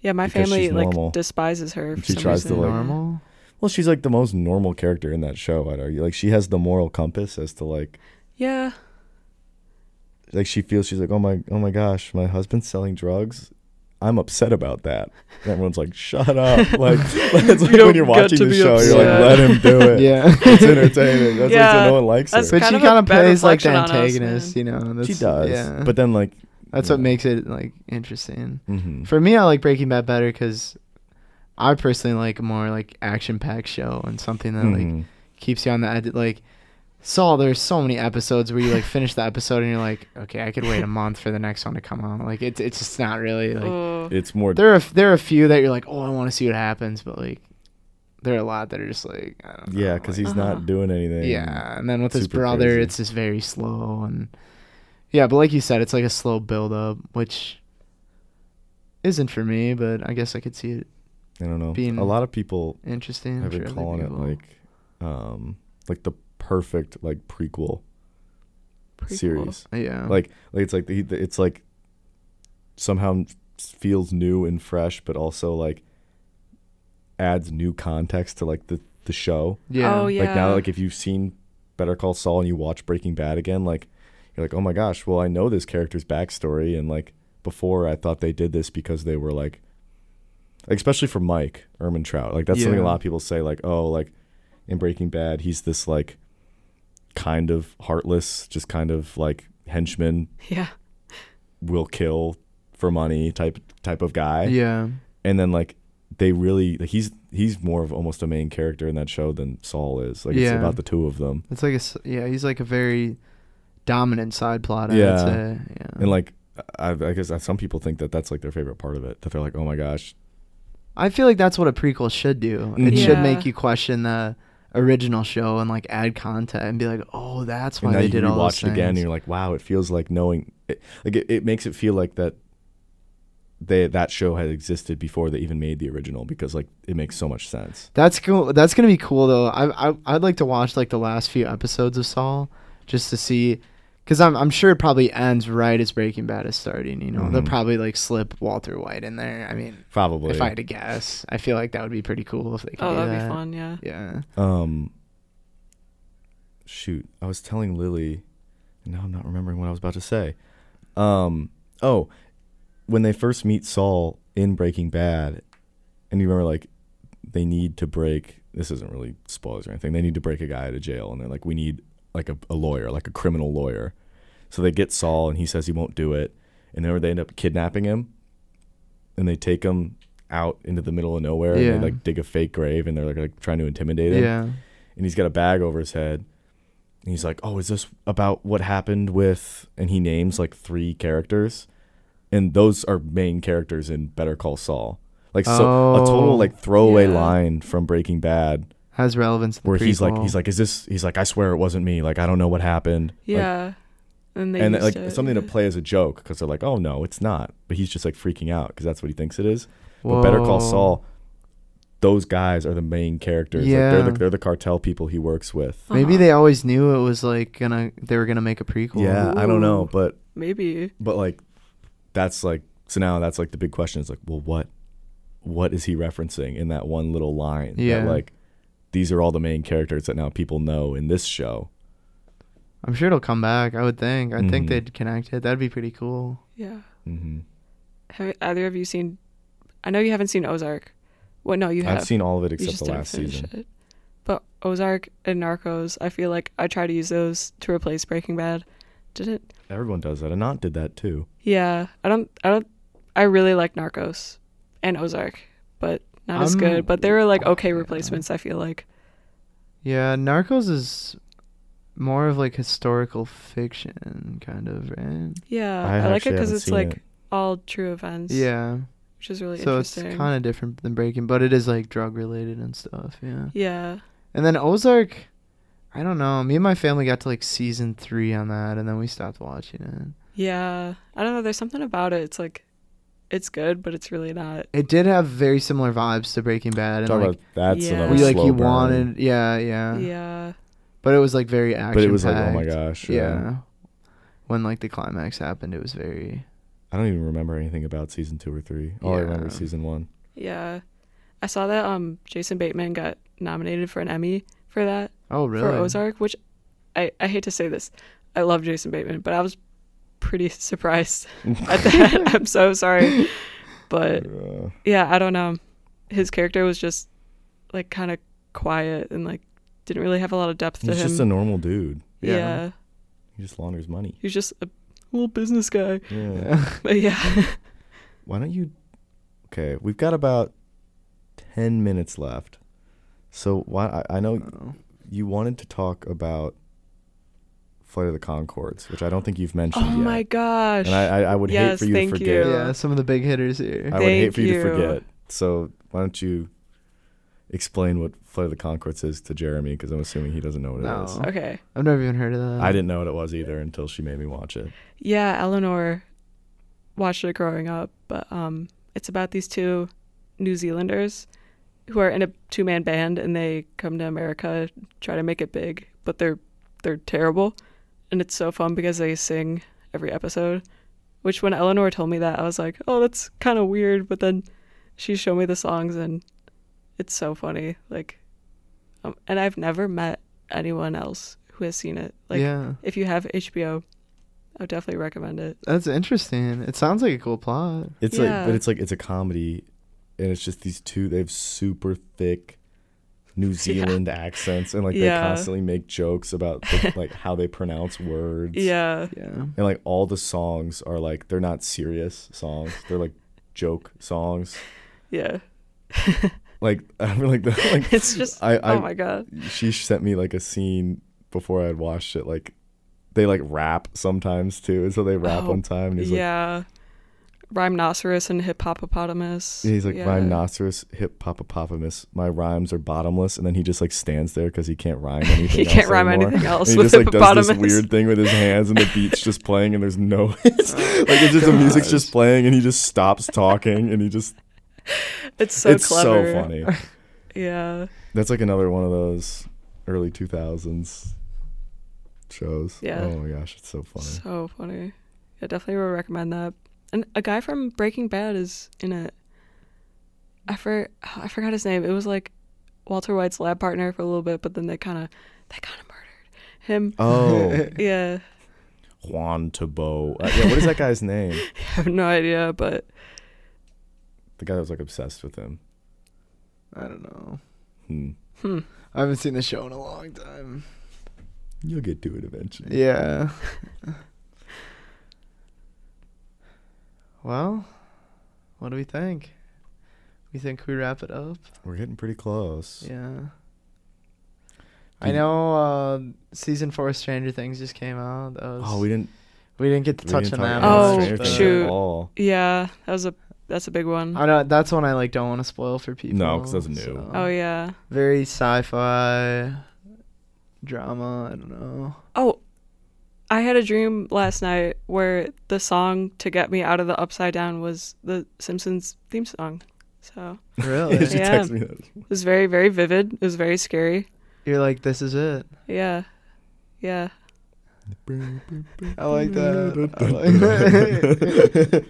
Speaker 3: yeah. My
Speaker 2: Because
Speaker 3: family
Speaker 2: she's normal.
Speaker 3: like despises her. For
Speaker 2: She
Speaker 3: some
Speaker 2: tries to,
Speaker 3: reason.
Speaker 2: like-
Speaker 1: normal.
Speaker 2: Well, she's like the most normal character in that show, I'd argue. Like she has the moral compass as to like
Speaker 3: Yeah,
Speaker 2: like she feels she's like, Oh my oh my gosh, my husband's selling drugs. I'm upset about that. And everyone's like, Shut up. Like it's like
Speaker 3: don't
Speaker 2: when you're
Speaker 3: get
Speaker 2: watching
Speaker 3: to
Speaker 2: the
Speaker 3: be
Speaker 2: show, you're like,
Speaker 3: upset.
Speaker 2: Let him do it.
Speaker 1: Yeah.
Speaker 2: It's entertaining. That's like
Speaker 3: Yeah.
Speaker 2: so no one likes
Speaker 3: That's
Speaker 2: her.
Speaker 1: But she
Speaker 3: kind of a
Speaker 1: kind of
Speaker 3: bad
Speaker 1: plays like the
Speaker 3: reflection on us,
Speaker 1: antagonist, you know. That's,
Speaker 2: She does.
Speaker 1: Yeah.
Speaker 2: But then like
Speaker 1: That's
Speaker 2: Yeah.
Speaker 1: what makes it like interesting.
Speaker 2: mhm.
Speaker 1: For me, I like Breaking Bad better because I personally like a more like action-packed show and something that like
Speaker 2: Mhm.
Speaker 1: keeps you on the edge. Like Saul, there's so many episodes where you like finish the episode and you're like, okay, I could wait a month for the next one to come out. Like it's it's just not really like
Speaker 3: Oh,
Speaker 2: it's more
Speaker 1: there are there are a few that you're like, oh, I want to see what happens, but like there are a lot that are just like I don't know.
Speaker 2: Yeah, because
Speaker 1: like-
Speaker 2: he's
Speaker 3: Uh-huh.
Speaker 2: not doing anything.
Speaker 1: yeah, and then with his
Speaker 2: super
Speaker 1: brother,
Speaker 2: crazy.
Speaker 1: it's just very slow and yeah. But like you said, it's like a slow build up, which isn't for me. But I guess I could see it
Speaker 2: I don't know.
Speaker 1: being-
Speaker 2: a lot of people
Speaker 1: interesting. I'm
Speaker 2: have
Speaker 1: sure
Speaker 2: been
Speaker 1: other
Speaker 2: calling it
Speaker 1: people-
Speaker 2: like, um, like the perfect like prequel
Speaker 3: Prequel.
Speaker 2: series.
Speaker 1: Yeah.
Speaker 2: Like, like it's like the, the- it's like somehow feels new and fresh, but also like adds new context to like the the show.
Speaker 1: yeah.
Speaker 3: Oh, yeah.
Speaker 2: Like now, like if you've seen Better Call Saul and you watch Breaking Bad again, like you're like, oh my gosh, well I know this character's backstory, and like before I thought they did this because they were like, like, especially for Mike Ehrmantraut, like that's something a
Speaker 1: Yeah.
Speaker 2: lot of people say, like oh like in Breaking Bad he's this like kind of heartless, just kind of like henchman
Speaker 3: Yeah.
Speaker 2: will kill for money type type of guy,
Speaker 1: Yeah.
Speaker 2: and then like they really like, he's he's more of almost a main character in that show than Saul is. Like it's
Speaker 1: Yeah.
Speaker 2: about the two of them.
Speaker 1: It's like a s- yeah. He's like a very dominant side plot. I
Speaker 2: Yeah.
Speaker 1: would say. Yeah.
Speaker 2: And like, I, I guess some people think that that's like their favorite part of it. That they're like, oh my gosh,
Speaker 1: I feel like that's what a prequel should do. It should
Speaker 3: Yeah.
Speaker 1: make you question the original show and like add content and be like, oh, that's why
Speaker 2: and now
Speaker 1: they
Speaker 2: you
Speaker 1: did all those
Speaker 2: rewatch it
Speaker 1: things.
Speaker 2: again, and you're like, wow, it feels like knowing, it, like it, it makes it feel like that. They, that show had existed before they even made the original because like it makes so much sense.
Speaker 1: That's cool. That's gonna be cool though. I, I I'd like to watch like the last few episodes of Saul just to see, because I'm I'm sure it probably ends right as Breaking Bad is starting. You know, they'll
Speaker 2: Mhm.
Speaker 1: probably like slip Walter White in there. I mean,
Speaker 2: Probably.
Speaker 1: if I had to guess, I feel like that would be pretty cool if they could
Speaker 3: Oh,
Speaker 1: do
Speaker 3: that'd
Speaker 1: that.
Speaker 3: be fun. Yeah.
Speaker 1: Yeah.
Speaker 2: Um. Shoot, I was telling Lily, and now I'm not remembering what I was about to say. Um. Oh, when they first meet Saul in Breaking Bad, and you remember like they need to break. This isn't really spoilers or anything. They need to break a guy out of jail, and they're like, we need like a, a lawyer, like a criminal lawyer. So they get Saul, and he says he won't do it, and then they end up kidnapping him, and they take him out into the middle of nowhere,
Speaker 1: Yeah.
Speaker 2: and they like dig a fake grave, and they're like, like trying to intimidate him
Speaker 1: Yeah.
Speaker 2: and he's got a bag over his head. And he's like, "Oh, is this about what happened with?" And he names like three characters, and those are main characters in Better Call Saul. Like so, a
Speaker 1: Oh.
Speaker 2: total like throwaway
Speaker 3: Yeah.
Speaker 2: line from Breaking Bad,
Speaker 1: Has relevance. To the
Speaker 2: where he's like,
Speaker 1: prequel.
Speaker 2: he's like, "Is this?" He's like, "I swear it wasn't me. Like I don't know what happened." Like,
Speaker 3: Yeah. and they
Speaker 2: and
Speaker 3: used
Speaker 2: like
Speaker 3: it,
Speaker 2: something to
Speaker 3: yeah.
Speaker 2: play as a joke because they're like, "Oh no, it's not." But he's just like freaking out because that's what he thinks it is. But Better Call
Speaker 1: Whoa.
Speaker 2: Saul, those guys are the main characters. Like, they're
Speaker 1: Yeah.
Speaker 2: the, they're the cartel people he works with.
Speaker 1: Maybe
Speaker 3: Uh-huh.
Speaker 1: they always knew it was like gonna they were gonna make a prequel.
Speaker 2: Yeah, I don't know,
Speaker 3: Ooh.
Speaker 2: but
Speaker 3: Maybe.
Speaker 2: but like that's like so now that's like the big question is like well what what is he referencing in that one little line that,
Speaker 1: Yeah.
Speaker 2: like these are all the main characters that now people know in this show
Speaker 1: I'm sure it'll come back. I would think. I
Speaker 2: Mhm.
Speaker 1: think they'd connect it. That'd be pretty cool.
Speaker 3: Yeah.
Speaker 2: mm-hmm.
Speaker 3: Have either of you seen? I know you haven't seen Ozark. Well, no, you have.
Speaker 2: i've seen all of it
Speaker 3: You
Speaker 2: except
Speaker 3: just
Speaker 2: the
Speaker 3: didn't
Speaker 2: last
Speaker 3: finish
Speaker 2: season
Speaker 3: it. But Ozark and Narcos, I feel like I try to use those to replace Breaking Bad. Didn't?
Speaker 2: everyone does that anant did that too
Speaker 3: Yeah, I don't. I don't. I really like Narcos and Ozark, but not as
Speaker 1: I'm-
Speaker 3: good. But they were
Speaker 2: Oh,
Speaker 3: like okay
Speaker 1: yeah.
Speaker 3: replacements. I feel like.
Speaker 1: Yeah, Narcos is more of like historical fiction, kind of, right?
Speaker 3: Yeah,
Speaker 2: I
Speaker 3: I, like
Speaker 2: actually
Speaker 3: it because
Speaker 2: haven't
Speaker 3: it's
Speaker 2: seen
Speaker 3: like
Speaker 2: it.
Speaker 3: all true events.
Speaker 1: Yeah.
Speaker 3: which is really
Speaker 1: So it's
Speaker 3: interesting.
Speaker 1: kind of different than Breaking, but it is like drug related and stuff. Yeah.
Speaker 3: yeah,
Speaker 1: And then Ozark, I don't know. Me and my family got to like season three on that, and then we stopped watching it.
Speaker 3: yeah. I don't know. There's something about it. It's like, it's good, but it's really not.
Speaker 1: It did have very similar vibes to Breaking Bad, and
Speaker 2: Talk
Speaker 1: like
Speaker 2: about that's
Speaker 3: Yeah.
Speaker 2: another
Speaker 1: we like
Speaker 2: slow
Speaker 1: you
Speaker 2: burn.
Speaker 1: wanted, yeah, yeah,
Speaker 3: Yeah,
Speaker 1: But it was like very action.
Speaker 2: but it was like oh my gosh yeah.
Speaker 1: Yeah. When like the climax happened, it was very
Speaker 2: i don't even remember anything about season two or three all i remember
Speaker 1: Yeah.
Speaker 2: is season one
Speaker 3: yeah. I saw that um Jason Bateman got nominated for an Emmy for that
Speaker 1: Oh really?
Speaker 3: for Ozark, which I I hate to say this, I love Jason Bateman, but I was pretty surprised at that. I'm so sorry, but
Speaker 2: Uh,
Speaker 3: yeah, I don't know. His character was just like kind of quiet and like didn't really have a lot of depth to
Speaker 2: he's
Speaker 3: him.
Speaker 2: just a normal dude
Speaker 1: yeah.
Speaker 3: yeah,
Speaker 2: he just launders money
Speaker 3: he's just a little business guy.
Speaker 2: yeah.
Speaker 3: But yeah.
Speaker 2: Why don't you? Okay, we've got about ten minutes left. So why? I, I know
Speaker 1: Oh.
Speaker 2: you wanted to talk about Flight of the Concords, which I don't think you've mentioned
Speaker 3: Oh
Speaker 2: yet.
Speaker 3: my gosh.
Speaker 2: And I, uh, I, I would hate
Speaker 3: Yes,
Speaker 2: for you to
Speaker 3: thank
Speaker 2: forget.
Speaker 3: you.
Speaker 1: Yeah, some of the big hitters here.
Speaker 2: I would hate
Speaker 3: Thank
Speaker 2: for you,
Speaker 3: you.
Speaker 2: to forget. So why don't you explain what Flight of the Concords is to Jeremy? Because I'm assuming he doesn't know what it is.
Speaker 1: No.
Speaker 3: okay.
Speaker 1: I've never even heard of that.
Speaker 2: I didn't know what it was either until she made me watch it.
Speaker 3: Yeah, Eleanor watched it growing up, but um it's about these two New Zealanders who are in a two man band and they come to America, try to make it big, but they're they're terrible and it's so fun because they sing every episode. Which when Eleanor told me that, I was like, "Oh, that's kind of weird," but then she showed me the songs and it's so funny. Like, um, and I've never met anyone else who has seen it. Like,
Speaker 1: yeah,
Speaker 3: if you have HBO, I would definitely recommend it.
Speaker 1: that's interesting. It sounds like a cool plot.
Speaker 2: It's like,
Speaker 3: Yeah.
Speaker 2: but it's like it's a comedy, and it's just these two. They have super thick New Zealand accents, and like
Speaker 3: Yeah.
Speaker 2: they constantly make jokes about the, like how they pronounce words.
Speaker 3: Yeah,
Speaker 1: Yeah,
Speaker 2: and like all the songs are like they're not serious songs. They're like joke songs.
Speaker 3: yeah.
Speaker 2: Like I'm like the like
Speaker 3: It's just
Speaker 2: I I
Speaker 3: oh my god.
Speaker 2: she sent me like a scene before I had watched it. Like they like rap sometimes too, and so they rap
Speaker 3: Oh,
Speaker 2: one time. And he's like,
Speaker 3: yeah. Rhinoceros and hippopotamus.
Speaker 2: Yeah, He's like
Speaker 3: yeah.
Speaker 2: rhinoceros, hip popopopamus. My rhymes are bottomless, and then he just like stands there because he can't rhyme anything.
Speaker 3: He
Speaker 2: else
Speaker 3: can't rhyme
Speaker 2: anymore.
Speaker 3: anything else
Speaker 2: And he
Speaker 3: with
Speaker 2: just like does this
Speaker 3: hippopotamus.
Speaker 2: weird thing with his hands, and the beat's just playing, and there's no, like
Speaker 3: Oh
Speaker 2: it's just the music's just playing, and he just stops talking, and he just
Speaker 3: It's so
Speaker 2: it's
Speaker 3: clever.
Speaker 2: so funny.
Speaker 3: Yeah,
Speaker 2: That's like another one of those early two thousands shows.
Speaker 3: Yeah.
Speaker 2: Oh my gosh, it's so funny.
Speaker 3: so funny. I definitely would recommend that. And a guy from Breaking Bad is in it. I for I forgot his name. It was like Walter White's lab partner for a little bit, but then they kind of they kind of murdered him.
Speaker 2: Oh,
Speaker 3: Yeah,
Speaker 2: Juan Tabo. Uh, yeah, what is that guy's name?
Speaker 3: I have no idea, but
Speaker 2: The guy that was like obsessed with him.
Speaker 1: I don't know.
Speaker 2: Hmm.
Speaker 1: I haven't seen the show in a long time.
Speaker 2: You'll get to it eventually.
Speaker 1: Yeah. well, what do we think? We think we wrap it up.
Speaker 2: We're getting pretty close.
Speaker 1: Yeah. I
Speaker 2: Did-
Speaker 1: know uh, season four of Stranger Things just came out. That was,
Speaker 2: Oh, we didn't
Speaker 1: we didn't get to
Speaker 2: we
Speaker 1: touch
Speaker 2: didn't
Speaker 1: on
Speaker 2: talk
Speaker 1: that.
Speaker 2: about
Speaker 3: Oh,
Speaker 1: much,
Speaker 2: Stranger
Speaker 1: but-
Speaker 2: Things at
Speaker 3: shoot.
Speaker 2: all.
Speaker 3: yeah, that was a that's a big one.
Speaker 1: I know that's one I like. Don't want to spoil for people.
Speaker 2: 'cause that's new.
Speaker 1: so-
Speaker 3: oh yeah.
Speaker 1: Very sci-fi drama. I don't know.
Speaker 3: Oh, I had a dream last night where the song to get me out of the upside down was the Simpsons theme song. So
Speaker 1: Really?
Speaker 2: Yeah, she
Speaker 3: Yeah.
Speaker 2: texted me that.
Speaker 3: it was very, very vivid. It was very scary.
Speaker 1: You're like, this is it.
Speaker 3: Yeah. Yeah.
Speaker 1: I like that. I like that.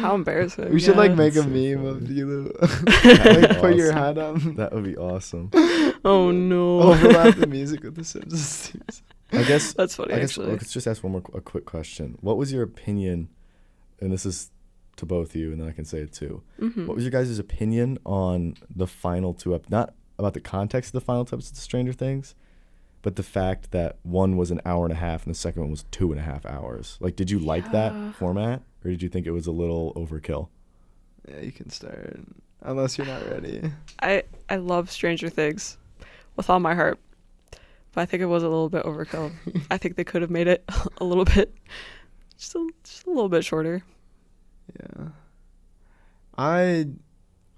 Speaker 3: How embarrassing.
Speaker 1: we should like
Speaker 3: Yeah.
Speaker 1: make a
Speaker 2: That's so
Speaker 1: meme of
Speaker 2: funny.
Speaker 1: you.
Speaker 2: That'd be
Speaker 1: like, put your
Speaker 2: awesome.
Speaker 1: hat up.
Speaker 2: That would be awesome.
Speaker 3: Oh no.
Speaker 1: Overlap the music with the Simpsons. themes.
Speaker 2: I guess.
Speaker 3: That's funny
Speaker 2: I guess.
Speaker 3: actually.
Speaker 2: Let's just ask one more qu- a quick question. What was your opinion? And this is to both you, and then I can say it too. What was your guys' opinion on the final two up? Not about the context of the final two episodes of Stranger Things, but the fact that one was an hour and a half and the second one was two and a half hours. Like, did you like
Speaker 3: Yeah.
Speaker 2: that format, or did you think it was a little overkill?
Speaker 1: Yeah, you can start. Unless you're not ready.
Speaker 3: I I love Stranger Things with all my heart. But I think it was a little bit overkill. I think they could have made it a little bit just a, just a little bit shorter.
Speaker 1: Yeah. I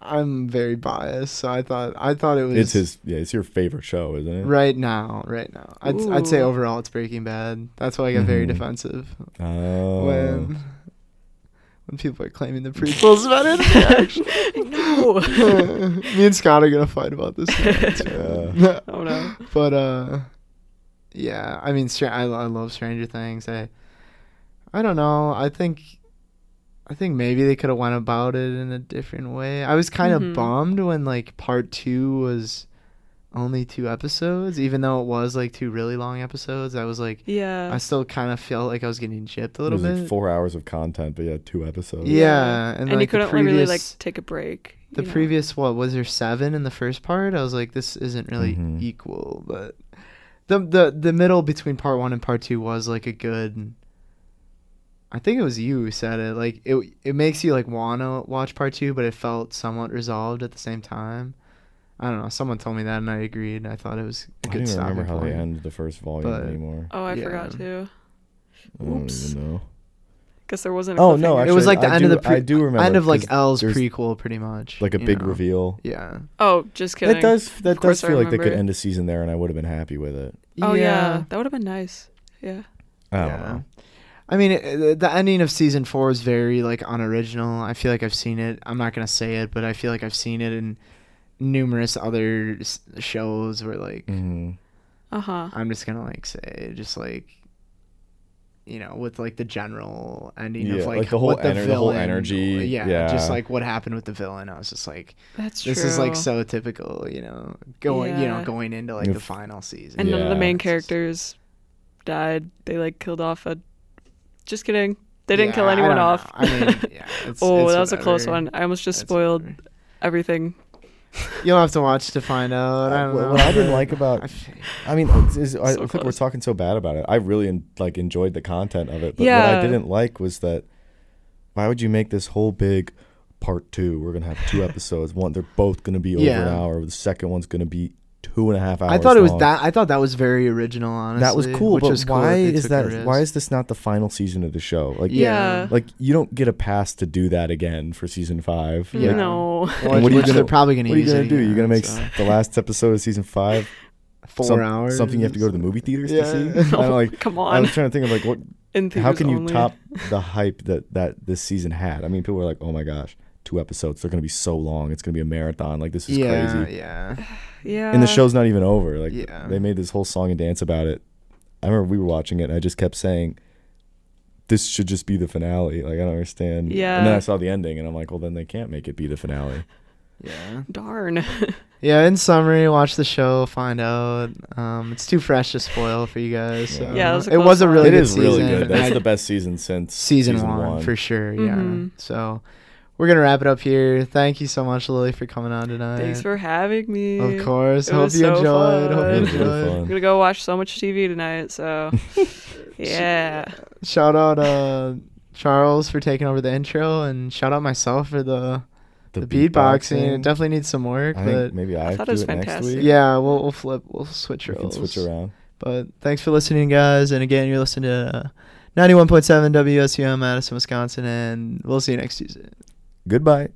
Speaker 1: I'm very biased, so I thought I thought it was
Speaker 2: It's his. Yeah, it's your favorite show, isn't it?
Speaker 1: right now, right now. I'd I'd say
Speaker 3: Ooh.
Speaker 1: overall it's breaking bad. That's why I got very
Speaker 2: Mhm.
Speaker 1: defensive
Speaker 2: Oh.
Speaker 1: when when people are claiming the prequels about it.
Speaker 3: no.
Speaker 1: Me and Scott are gonna fight about this. next, man.
Speaker 3: Oh no.
Speaker 1: but uh yeah i mean Str- I, I love stranger things i i don't know i think i think maybe they could have went about it in a different way i was kind of
Speaker 3: Mhm.
Speaker 1: bummed when like part two was only two episodes even though it was like two really long episodes i was like
Speaker 3: Yeah.
Speaker 1: i still kind of felt like i was getting chipped a
Speaker 2: It
Speaker 1: little
Speaker 2: was
Speaker 1: bit
Speaker 2: like four hours of content, but yeah, two episodes.
Speaker 1: Yeah, and,
Speaker 3: and,
Speaker 1: like, the
Speaker 3: you couldn't like, really like
Speaker 1: previous-
Speaker 3: take a break.
Speaker 1: the
Speaker 3: you know?
Speaker 1: previous what was there seven in the first part i was like this isn't really
Speaker 2: Mhm.
Speaker 1: equal but the, the the middle between part one and part two was like a good i think it was you who said it like it it makes you like wanna watch part two but it felt somewhat resolved at the same time i don't know someone told me that and i agreed i thought it was a good
Speaker 2: I don't even
Speaker 1: stopping
Speaker 2: remember how they
Speaker 1: point
Speaker 2: end the first volume
Speaker 1: But-
Speaker 2: anymore.
Speaker 3: Oh, I
Speaker 1: Yeah.
Speaker 3: forgot to.
Speaker 2: I don't
Speaker 3: Oops.
Speaker 2: even know.
Speaker 3: Because there wasn't. A
Speaker 2: Oh no!
Speaker 3: cliffhanger.
Speaker 2: Actually,
Speaker 1: was like the
Speaker 2: I
Speaker 1: end
Speaker 2: do,
Speaker 1: of the pre-
Speaker 2: I do remember.
Speaker 1: end of like
Speaker 2: 'cause
Speaker 1: l's
Speaker 2: there's
Speaker 1: prequel pretty much
Speaker 2: like a
Speaker 1: you
Speaker 2: big
Speaker 1: know?
Speaker 2: reveal.
Speaker 1: yeah
Speaker 3: Oh, just kidding.
Speaker 2: That does that
Speaker 3: Of course
Speaker 2: does
Speaker 3: I
Speaker 2: feel like they could
Speaker 3: remember it.
Speaker 2: end a season there, and I would have been happy with it.
Speaker 3: Oh yeah, that would have been nice. Yeah.
Speaker 2: I don't
Speaker 1: Yeah.
Speaker 2: know.
Speaker 1: I mean, it- it, the ending of season four is very like unoriginal. I feel like I've seen it. I'm not gonna say it, but I feel like I've seen it in numerous other s- shows where like
Speaker 2: hmm
Speaker 3: Uh huh.
Speaker 1: I'm just gonna like say just like you know, with like the general ending
Speaker 2: Yeah,
Speaker 1: of like,
Speaker 2: like, the whole
Speaker 1: what
Speaker 2: ener- the whole
Speaker 1: villain-
Speaker 2: energy,
Speaker 1: Yeah,
Speaker 2: yeah.
Speaker 1: just like what happened with the villain. I was just like,
Speaker 3: That's
Speaker 1: this is like
Speaker 3: true.
Speaker 1: so typical, you know, going you know
Speaker 3: Yeah.
Speaker 1: going into like
Speaker 2: Yeah.
Speaker 1: the final season.
Speaker 3: And none of the
Speaker 2: Yeah.
Speaker 3: main characters died. They like killed off a. Just kidding. They didn't kill
Speaker 1: Yeah, I
Speaker 3: anyone
Speaker 1: don't know.
Speaker 3: off.
Speaker 1: I mean, yeah, it's-
Speaker 3: oh,
Speaker 1: it's
Speaker 3: that was a close
Speaker 1: whatever.
Speaker 3: one. I almost just
Speaker 1: It's
Speaker 3: spoiled
Speaker 1: whatever.
Speaker 3: everything.
Speaker 1: You'll have to watch to find out. I
Speaker 2: Uh,
Speaker 1: don't
Speaker 2: what-
Speaker 1: know.
Speaker 2: what I didn't
Speaker 1: but
Speaker 2: like about-
Speaker 1: I f-
Speaker 2: I mean, it's, it's, I, I
Speaker 3: So
Speaker 2: think we're
Speaker 3: close.
Speaker 2: talking so bad about it. I really en- like enjoyed the content of it, but what I
Speaker 3: Yeah.
Speaker 2: didn't like was that why would you make this whole big part two? We're gonna have two episodes. One, they're both gonna be over an
Speaker 1: Yeah.
Speaker 2: hour. The second one's gonna be two and a half hours.
Speaker 1: I thought it was
Speaker 2: long.
Speaker 1: that. I thought that was very original. Honestly,
Speaker 2: that was cool,
Speaker 1: which
Speaker 2: but
Speaker 1: was cool
Speaker 2: why
Speaker 1: they
Speaker 2: is
Speaker 1: took a
Speaker 2: that? Why
Speaker 1: risk.
Speaker 2: is this not the final season of the show? Like,
Speaker 1: Yeah.
Speaker 3: Yeah.
Speaker 2: like you don't get a pass to do that again for season five.
Speaker 1: Yeah.
Speaker 2: Like,
Speaker 3: No.
Speaker 1: Well,
Speaker 2: And what are you
Speaker 1: which
Speaker 2: gonna-
Speaker 1: they're probably gonna
Speaker 2: what are you
Speaker 1: use
Speaker 2: gonna
Speaker 1: it
Speaker 2: do? You're
Speaker 1: again,
Speaker 2: gonna make s-
Speaker 1: so.
Speaker 2: the last episode of season five
Speaker 1: four
Speaker 2: some-
Speaker 1: hours?
Speaker 2: something you have to go to the movie theaters
Speaker 1: Yeah.
Speaker 2: to see. I'm like,
Speaker 3: Come
Speaker 2: I
Speaker 3: on.
Speaker 2: was trying to think of like what
Speaker 3: In
Speaker 2: how
Speaker 3: theaters
Speaker 2: can you
Speaker 3: only.
Speaker 2: top the hype that that this season had? I mean, people were like, "Oh my gosh, two episodes. They're going to be so long. It's going to be a marathon. Like this is
Speaker 1: yeah,
Speaker 2: crazy."
Speaker 1: yeah.
Speaker 3: Yeah.
Speaker 2: And the show's not even over. Like
Speaker 1: Yeah.
Speaker 2: they made this whole song and dance about it. I remember we were watching it and I just kept saying this should just be the finale. Like I don't understand. And then
Speaker 3: Yeah.
Speaker 2: I saw the ending and I'm like, "Well, then they can't make it be the finale."
Speaker 1: Yeah.
Speaker 3: Darn.
Speaker 1: Yeah, in summary, watch the show, find out. Um, it's too fresh to spoil for you guys. So.
Speaker 2: Yeah,
Speaker 3: that was a
Speaker 1: it was
Speaker 3: close
Speaker 1: a
Speaker 3: one.
Speaker 1: really
Speaker 2: it
Speaker 1: good
Speaker 2: is
Speaker 1: season.
Speaker 2: really good.
Speaker 1: I-
Speaker 2: That's the best season since
Speaker 1: season, one, for sure. Yeah.
Speaker 3: Mhm.
Speaker 1: So we're gonna wrap it up here. Thank you so much, Lily, for coming on tonight.
Speaker 3: Thanks for having me.
Speaker 1: Uh, Of course.
Speaker 3: It
Speaker 1: Hope
Speaker 3: was
Speaker 1: you
Speaker 3: so
Speaker 1: enjoyed. Hope
Speaker 3: fun.
Speaker 1: you
Speaker 2: It was really
Speaker 1: enjoyed.
Speaker 2: fun.
Speaker 3: I'm gonna go watch so much TV tonight. So, yeah.
Speaker 1: Shout out uh, Charles for taking over the intro, and shout out myself for the the, beatboxing. It definitely needs some work,
Speaker 2: I
Speaker 1: but
Speaker 2: think maybe I,
Speaker 3: thought
Speaker 2: do
Speaker 3: it was
Speaker 2: it next
Speaker 3: fantastic.
Speaker 2: week.
Speaker 1: yeah, we'll we'll flip, we'll switch
Speaker 2: we can
Speaker 1: roles.
Speaker 2: switch around.
Speaker 1: But thanks for listening, guys. And again, you're listening to 91.7 WSUM, Madison, Wisconsin, and we'll see you next Tuesday.
Speaker 2: Goodbye.